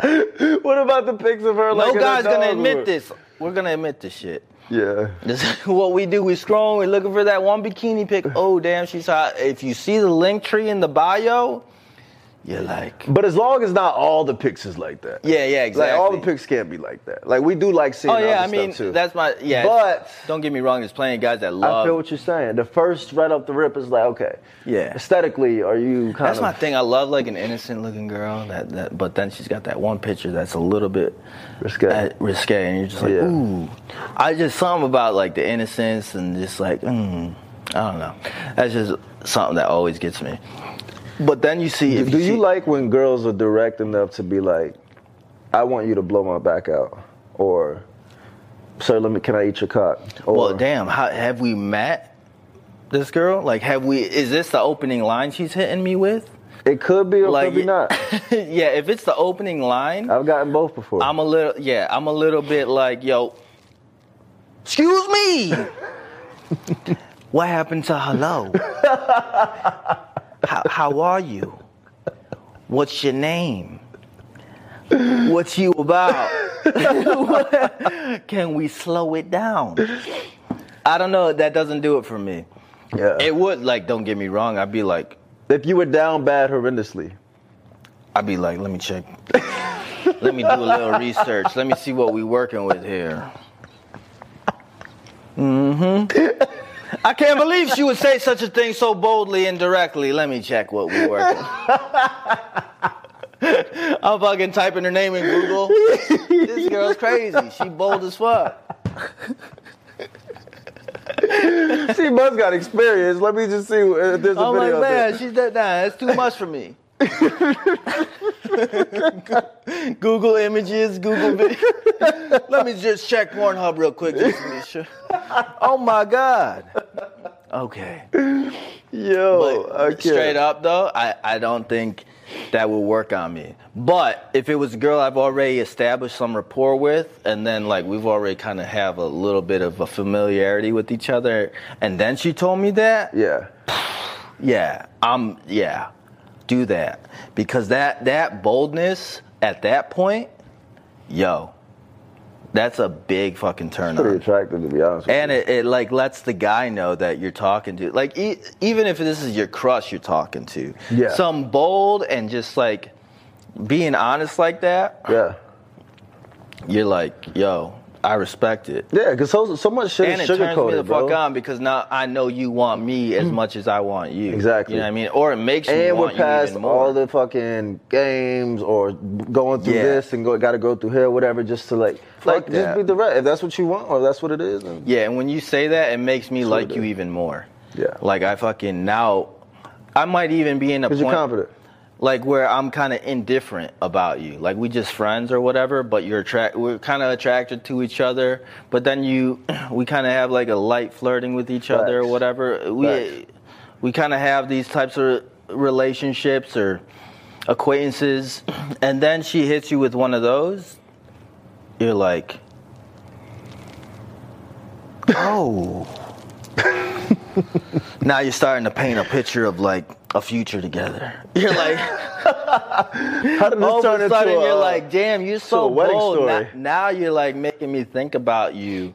B: What about the pics of her like
A: no
B: in a
A: guy's gonna
B: dog
A: admit
B: or-
A: this. We're gonna admit this shit.
B: Yeah.
A: This is what we do. We scroll. We're looking for that one bikini pic. Oh damn, she's hot. If you see the link tree in the bio, you're like,
B: But as long as not all the pics is like that.
A: yeah, yeah, exactly.
B: Like all the pics can't be like that. Like we do like seeing
A: Oh yeah, I
B: other
A: mean
B: stuff too.
A: that's my yeah.
B: But-
A: don't get me wrong, there's plenty of guys that
B: I feel
A: love.
B: what you're saying. The first right up the rip is like, okay.
A: uh, Yeah.
B: Aesthetically, are you kind
A: That's
B: of
A: my thing. I love like an innocent looking girl that that, but then she's got that one picture that's a little bit
B: Risque.
A: uh, risque, and you're just like,
B: Yeah.
A: ooh. I just something about like the innocence and just like, mm, I don't know. That's just something that always gets me. But then you see, if
B: Do you
A: see-
B: like when girls are direct enough to be like, "I want you to blow my back out," or "Sir, let me can I eat your cock?" Or,
A: Well, damn. How, have we met this girl? Like, have we? Is this the opening line she's hitting me with?
B: it could be or
A: Like,
B: could be not.
A: yeah. If it's the opening line,
B: I've gotten both before.
A: I'm a little yeah, I'm a little bit like, yo, excuse me. what happened to hello? how, how are you? What's your name? What you about? Can we slow it down? I don't know, that doesn't do it for me.
B: yeah.
A: It would like don't get me wrong, I'd be like
B: if you were down bad horrendously,
A: I'd be like, let me check. let me do a little research. Let me see what we working with here. Mm-hmm. I can't believe she would say such a thing so boldly and directly. Let me check what we working. I'm fucking typing her name in Google. this girl's crazy. She bold as fuck.
B: she must got experience. Let me just see if there's a
A: I'm
B: video.
A: like,
B: of
A: man,
B: this.
A: she's that. Nah, that's too much for me. Google images, Google video. Let me just check Pornhub real quick just to be sure. Oh my god. Okay.
B: Yo,
A: But
B: I can't.
A: straight up though, I, I don't think that will work on me. But if it was a girl I've already established some rapport with, and then like we've already kind of have a little bit of a familiarity with each other, and then she told me that,
B: Yeah.
A: yeah, I'm yeah. Do that because that that boldness at that point, yo, That's a big fucking turn
B: Pretty
A: on.
B: attractive, to be honest. With
A: And
B: you.
A: it, it like lets the guy know that you're talking to, like e- even if this is your crush you're talking to,
B: Yeah.
A: some bold and just like being honest like that,
B: yeah,
A: you're like, yo, I respect it.
B: yeah, because so, so much shit
A: and it
B: is
A: turns me the
B: sugarcoated, bro. Mm.
A: fuck on because now I know you want me as much as I want you.
B: Exactly.
A: You know what I mean? Or it makes me
B: And we're
A: want you
B: past
A: even more.
B: all the fucking games or going through
A: Yeah.
B: this and go, got to go through here, whatever, just to like, like
A: that.
B: just be direct. If that's what you want or that's what it is, then
A: yeah, and when you say that, it makes me
B: Sort
A: like
B: of.
A: you even more.
B: Yeah.
A: Like I fucking now, I might even be in a
B: because
A: point
B: you're confident.
A: like where I'm kind of indifferent about you. Like we just friends or whatever, but you're attract we're kind of attracted to each other, but then you we kind of have like a light flirting with each other or
B: Facts.
A: whatever. We
B: Facts.
A: we kind of have these types of relationships or acquaintances and then she hits you with one of those. You're like Oh. now you're starting to paint a picture of like a future together. You're like
B: How did this
A: all
B: turn
A: of a
B: into
A: sudden
B: a, uh,
A: you're like, damn, you're so
B: a wedding
A: bold. Now-
B: story.
A: Now, you're like making me think about you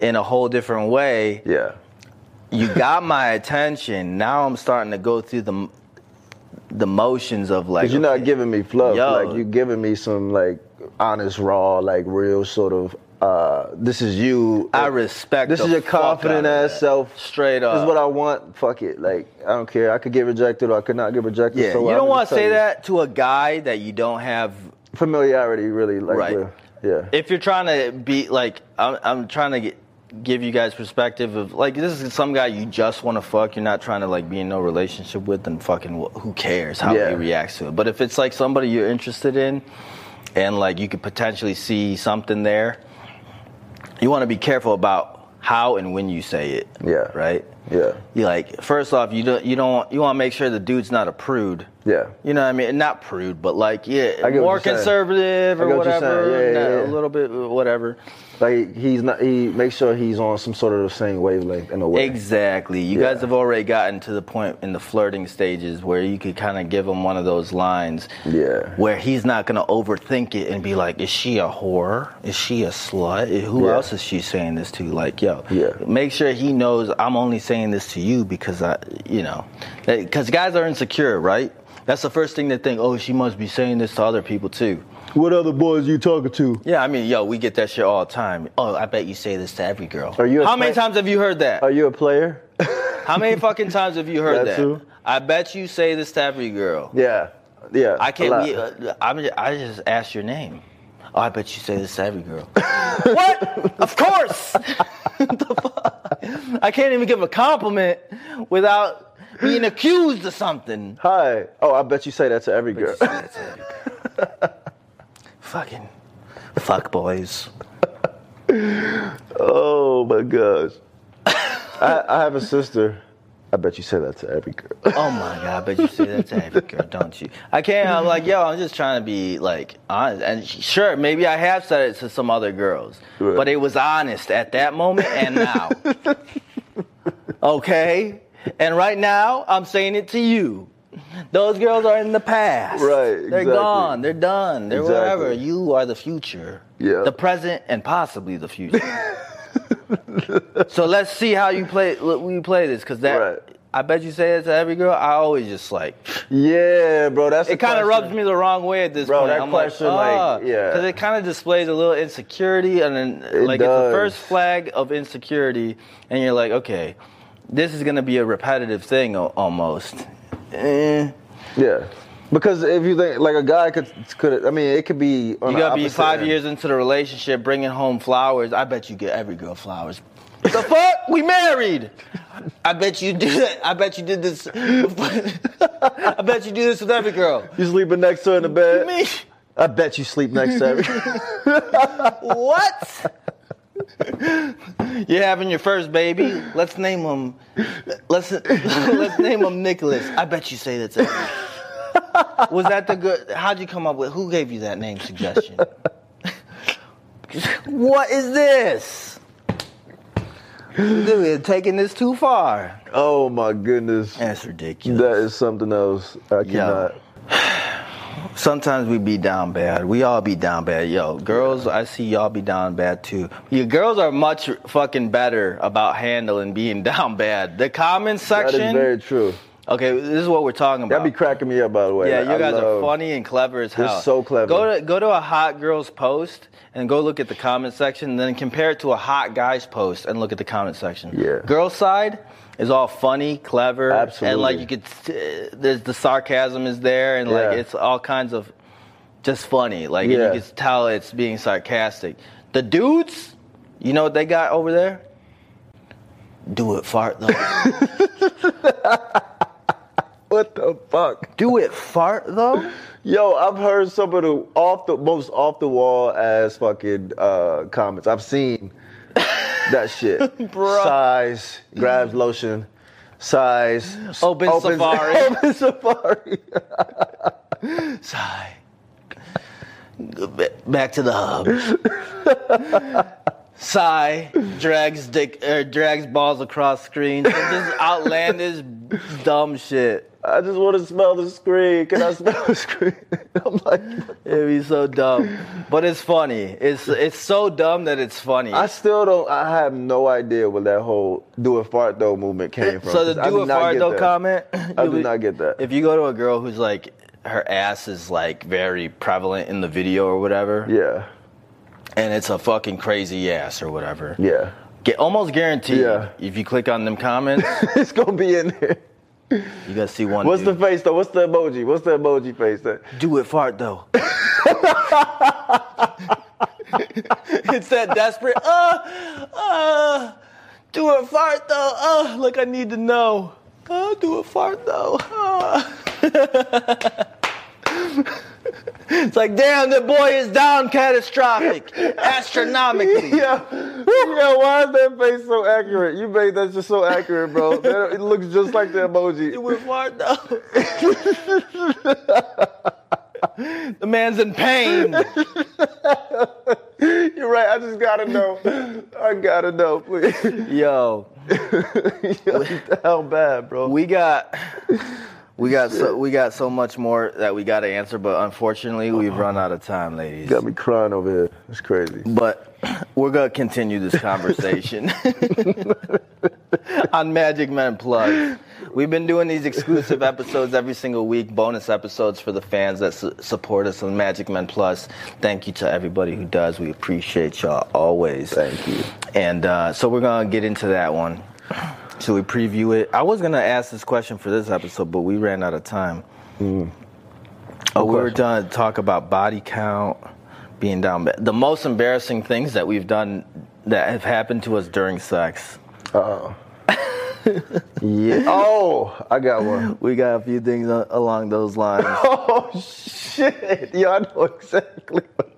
A: in a whole different way.
B: yeah,
A: You got my attention. Now I'm starting to go through the the motions of like
B: because you're not
A: okay,
B: giving me fluff.
A: Yo.
B: Like you're giving me some like honest, raw, like real sort of. uh This is you.
A: I respect.
B: This
A: the
B: is your
A: fuck out
B: confident
A: of
B: ass
A: that.
B: self.
A: Straight up.
B: This is what I want. Fuck it. Like I don't care. I could get rejected or I could not get rejected.
A: yeah,
B: so
A: you
B: I'm
A: don't
B: gonna
A: want to
B: tell
A: say
B: you.
A: that to a guy that you don't have
B: familiarity really like
A: Right.
B: with- yeah
A: if you're trying to be like I'm, I'm trying to get, give you guys perspective of like this is some guy you just want to fuck you're not trying to like be in no relationship with and fucking wh- who cares how
B: Yeah.
A: he reacts to it but if it's like somebody you're interested in and like you could potentially see something there you want to be careful about how and when you say it
B: Yeah.
A: right
B: yeah
A: you like first off you don't you don't you want to make sure the dude's not a prude
B: yeah
A: you know what I mean? Not prude, but like, yeah,
B: I get what
A: more
B: you're saying.
A: conservative
B: I
A: or
B: get what you're
A: whatever.
B: saying. Yeah, yeah,
A: nah, A
B: yeah.
A: little bit, uh, whatever.
B: like he's not he makes sure he's on some sort of the same wavelength in a way
A: Exactly. You
B: Yeah.
A: guys have already gotten to the point in the flirting stages where you could kind of give him one of those lines
B: Yeah.
A: where he's not going to overthink it and be like, is she a whore? Is she a slut? Who
B: Yeah.
A: else is she saying this to? Like, yo,
B: Yeah.
A: make sure he knows I'm only saying this to you because I, you know, because guys are insecure, right? That's the first thing they think, oh, she must be saying this to other people too.
B: what other boys you talking to
A: Yeah, I mean, yo, we get that shit all the time. Oh, I bet you say this to every girl.
B: Are you a
A: How many
B: type-
A: times have you heard that?
B: are you a player
A: How many fucking times have you heard
B: That
A: that?
B: too.
A: I bet you say this to every girl.
B: yeah yeah
A: I
B: a
A: can't.
B: lot.
A: Be, uh, I'm, ju- I just asked your name. Oh, I bet you say this to every girl. what? Of course. What the fuck? I can't even give a compliment without being accused of something.
B: hi oh i bet you say that to every girl
A: Say that to every girl. Fucking fuck boys.
B: oh my gosh I, I have a sister i bet you say that to every girl
A: Oh my god, I bet you say that to every girl, don't you? I can't. I'm like, yo, I'm just trying to be like honest. And sh- sure, maybe I have said it to some other girls,
B: Right.
A: but it was honest at that moment and now. okay, and right now I'm saying it to you. Those girls are in the past.
B: Right,
A: They're
B: exactly.
A: gone. They're done. They're
B: Exactly.
A: whatever. You are the future.
B: Yeah.
A: The present and possibly the future. so let's see how you play. l- We play this because that.
B: Right.
A: I bet you say that to every girl. I always just like
B: yeah bro that's
A: it. Kind of rubs me the wrong way at this
B: Bro,
A: point.
B: that
A: I'm
B: question,
A: like,
B: like,
A: oh,
B: yeah.
A: because it kind of displays a little insecurity, and then like it's the
B: does.
A: first flag of insecurity, and you're like, okay, this is gonna be a repetitive thing al- almost. Eh.
B: yeah because if you think like a guy could could I mean it could be on
A: You
B: the
A: gotta be
B: opposite
A: five
B: end.
A: years into the relationship, bringing home flowers. I bet you get every girl flowers. the fuck? We married. I bet you do that. I bet you did this. I bet you do this with every girl.
B: You sleeping next to her in the bed?
A: Me?
B: I bet you sleep next to her.
A: What? You're having your first baby. Let's name him. Let's let's name him Nicholas. I bet you say that's it. Was that the good? How'd you come up with? Who gave you that name suggestion? what is this? Dude, we're taking this too far.
B: oh my goodness.
A: That's ridiculous.
B: That is something else. I cannot.
A: Sometimes we be down bad. We all be down bad. Yo, girls, I see y'all be down bad too. Your girls are much fucking better about handling being down bad. The comment
B: That
A: section.
B: is very true.
A: okay, this is what we're talking about.
B: That'd be cracking me up, by the way.
A: yeah,
B: Like,
A: you
B: I
A: guys are
B: love-
A: funny and clever as
B: They're
A: hell.
B: so clever.
A: Go to go to a hot girl's post and go look at the comment section, and then compare it to a hot guy's post and look at the comment section.
B: Yeah.
A: Girl side is all funny, clever, and
B: Absolutely.
A: like you could, s- there's the sarcasm is there, and like
B: Yeah.
A: it's all kinds of just funny. Like and
B: Yeah.
A: you can tell it's being sarcastic. The dudes, you know what they got over there? Do it fart though.
B: What the fuck?
A: Do it fart though.
B: Yo, I've heard some of the off the most off the wall ass fucking uh, comments. I've seen that shit.
A: Bruh.
B: Size grabs lotion. Size
A: Open Safari.
B: Open safari.
A: Sigh. Back to the hub. Sigh drags dick er, drags balls across screens. It's Just outlandish, dumb shit.
B: I just want to smell the screen. Can I smell the screen? I'm like,
A: It'd be so dumb, but it's funny. It's it's so dumb that it's funny.
B: I still don't. I have no idea where that whole do a fart though movement came from.
A: so the
B: 'cause I
A: do
B: did
A: a
B: not
A: fart
B: get
A: though
B: that.
A: comment.
B: I
A: you
B: do
A: would-
B: not get that.
A: If you go to a girl who's like her ass is like very prevalent in the video or whatever,
B: Yeah,
A: and it's a fucking crazy ass or whatever.
B: yeah.
A: Get almost guaranteed
B: Yeah.
A: if you click on them comments,
B: it's gonna be in there.
A: you gotta see one.
B: What's
A: dude.
B: the face though? What's the emoji? What's the emoji face? That
A: do it fart though? it's that desperate. Uh, uh, do it fart though. Uh, like I need to know. Uh, do it fart though. Uh. it's like damn, the boy is down catastrophic, astronomically.
B: Yeah, yeah. Why is that face so accurate? You made that just so accurate, bro. That- it looks just like the emoji.
A: We're far though. the man's in pain.
B: You're right. I just gotta know. I gotta know, please.
A: Yo,
B: How bad, bro?
A: we got we got so we got so much more that we got to answer, but unfortunately we've run out of time, ladies.
B: got me crying over here. It's crazy.
A: But we're gonna continue this conversation on Magic Men Plug. We've been doing these exclusive episodes every single week, bonus episodes for the fans that su- support us on Magic Men Plus. Thank you to everybody who does. We appreciate y'all always.
B: Thank you.
A: And uh, so we're gonna get into that one. Should we preview it? I was gonna ask this question for this episode, but we ran out of time. Mm. Oh, we were
B: question?
A: done talk about body count, being down. bad. The most embarrassing things that we've done that have happened to us during sex.
B: Uh-oh. Uh-uh. yeah. Oh, I got one.
A: We got a few things a- along those lines.
B: Oh shit! Y'all know exactly. What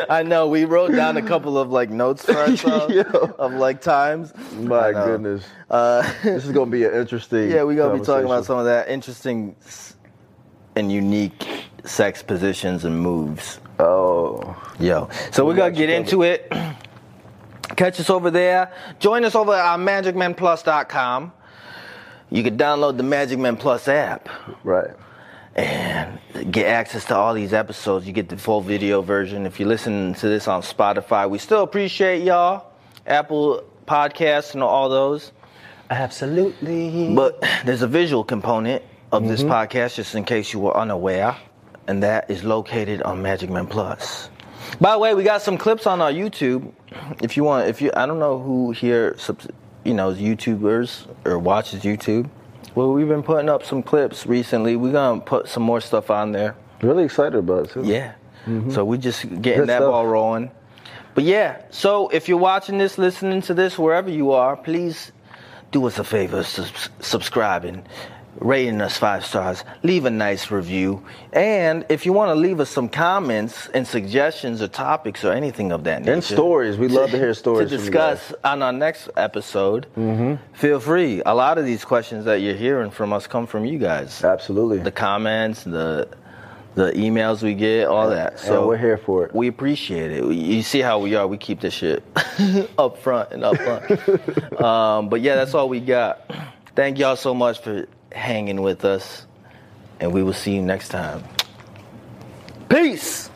A: I know we wrote down a couple of like notes for ourselves
B: Yo.
A: of like times. I
B: My
A: know.
B: goodness,
A: Uh,
B: this is gonna be an interesting.
A: Yeah, we're gonna be talking about
B: conversation.
A: some of that interesting s- and unique sex positions and moves.
B: Oh.
A: Yo, so we're
B: We
A: gonna
B: got
A: get
B: you
A: into it. Catch us over there. Join us over at magicmanplus.com. You can download the Magic Man Plus app
B: Right.
A: and get access to all these episodes. You get the full video version. If you listen to this on Spotify, we still appreciate y'all. Apple Podcasts and all those.
B: Absolutely.
A: But there's a visual component of this podcast, just in case you were unaware, and that is located on Magic Man Plus. By the way, we got some clips on our YouTube. If you want, if you, I don't know who here, subs- you know, is YouTubers or watches YouTube. Well, we've been putting up some clips recently. We're gonna put some more stuff on there.
B: Really excited about it. Too.
A: Yeah. So we just getting
B: Mm-hmm. Good
A: that
B: stuff.
A: ball rolling. But yeah, so if you're watching this, listening to this, wherever you are, please do us a favor, subs- subscribing, rating us five stars, leave a nice review, and if you want to leave us some comments and suggestions or topics or anything of that nature,
B: stories. We love to hear stories
A: to
B: from you Mm-hmm.
A: discuss on our next episode. Feel free. A lot of these questions that you're hearing from us come from you guys
B: Absolutely.
A: the comments, the the emails we get, all that. So
B: we're here for it.
A: We appreciate it. We- You see how we are. We keep this shit up front and up front. um, but yeah, that's all we got. Thank y'all so much for hanging with us, and we will see you next time. Peace.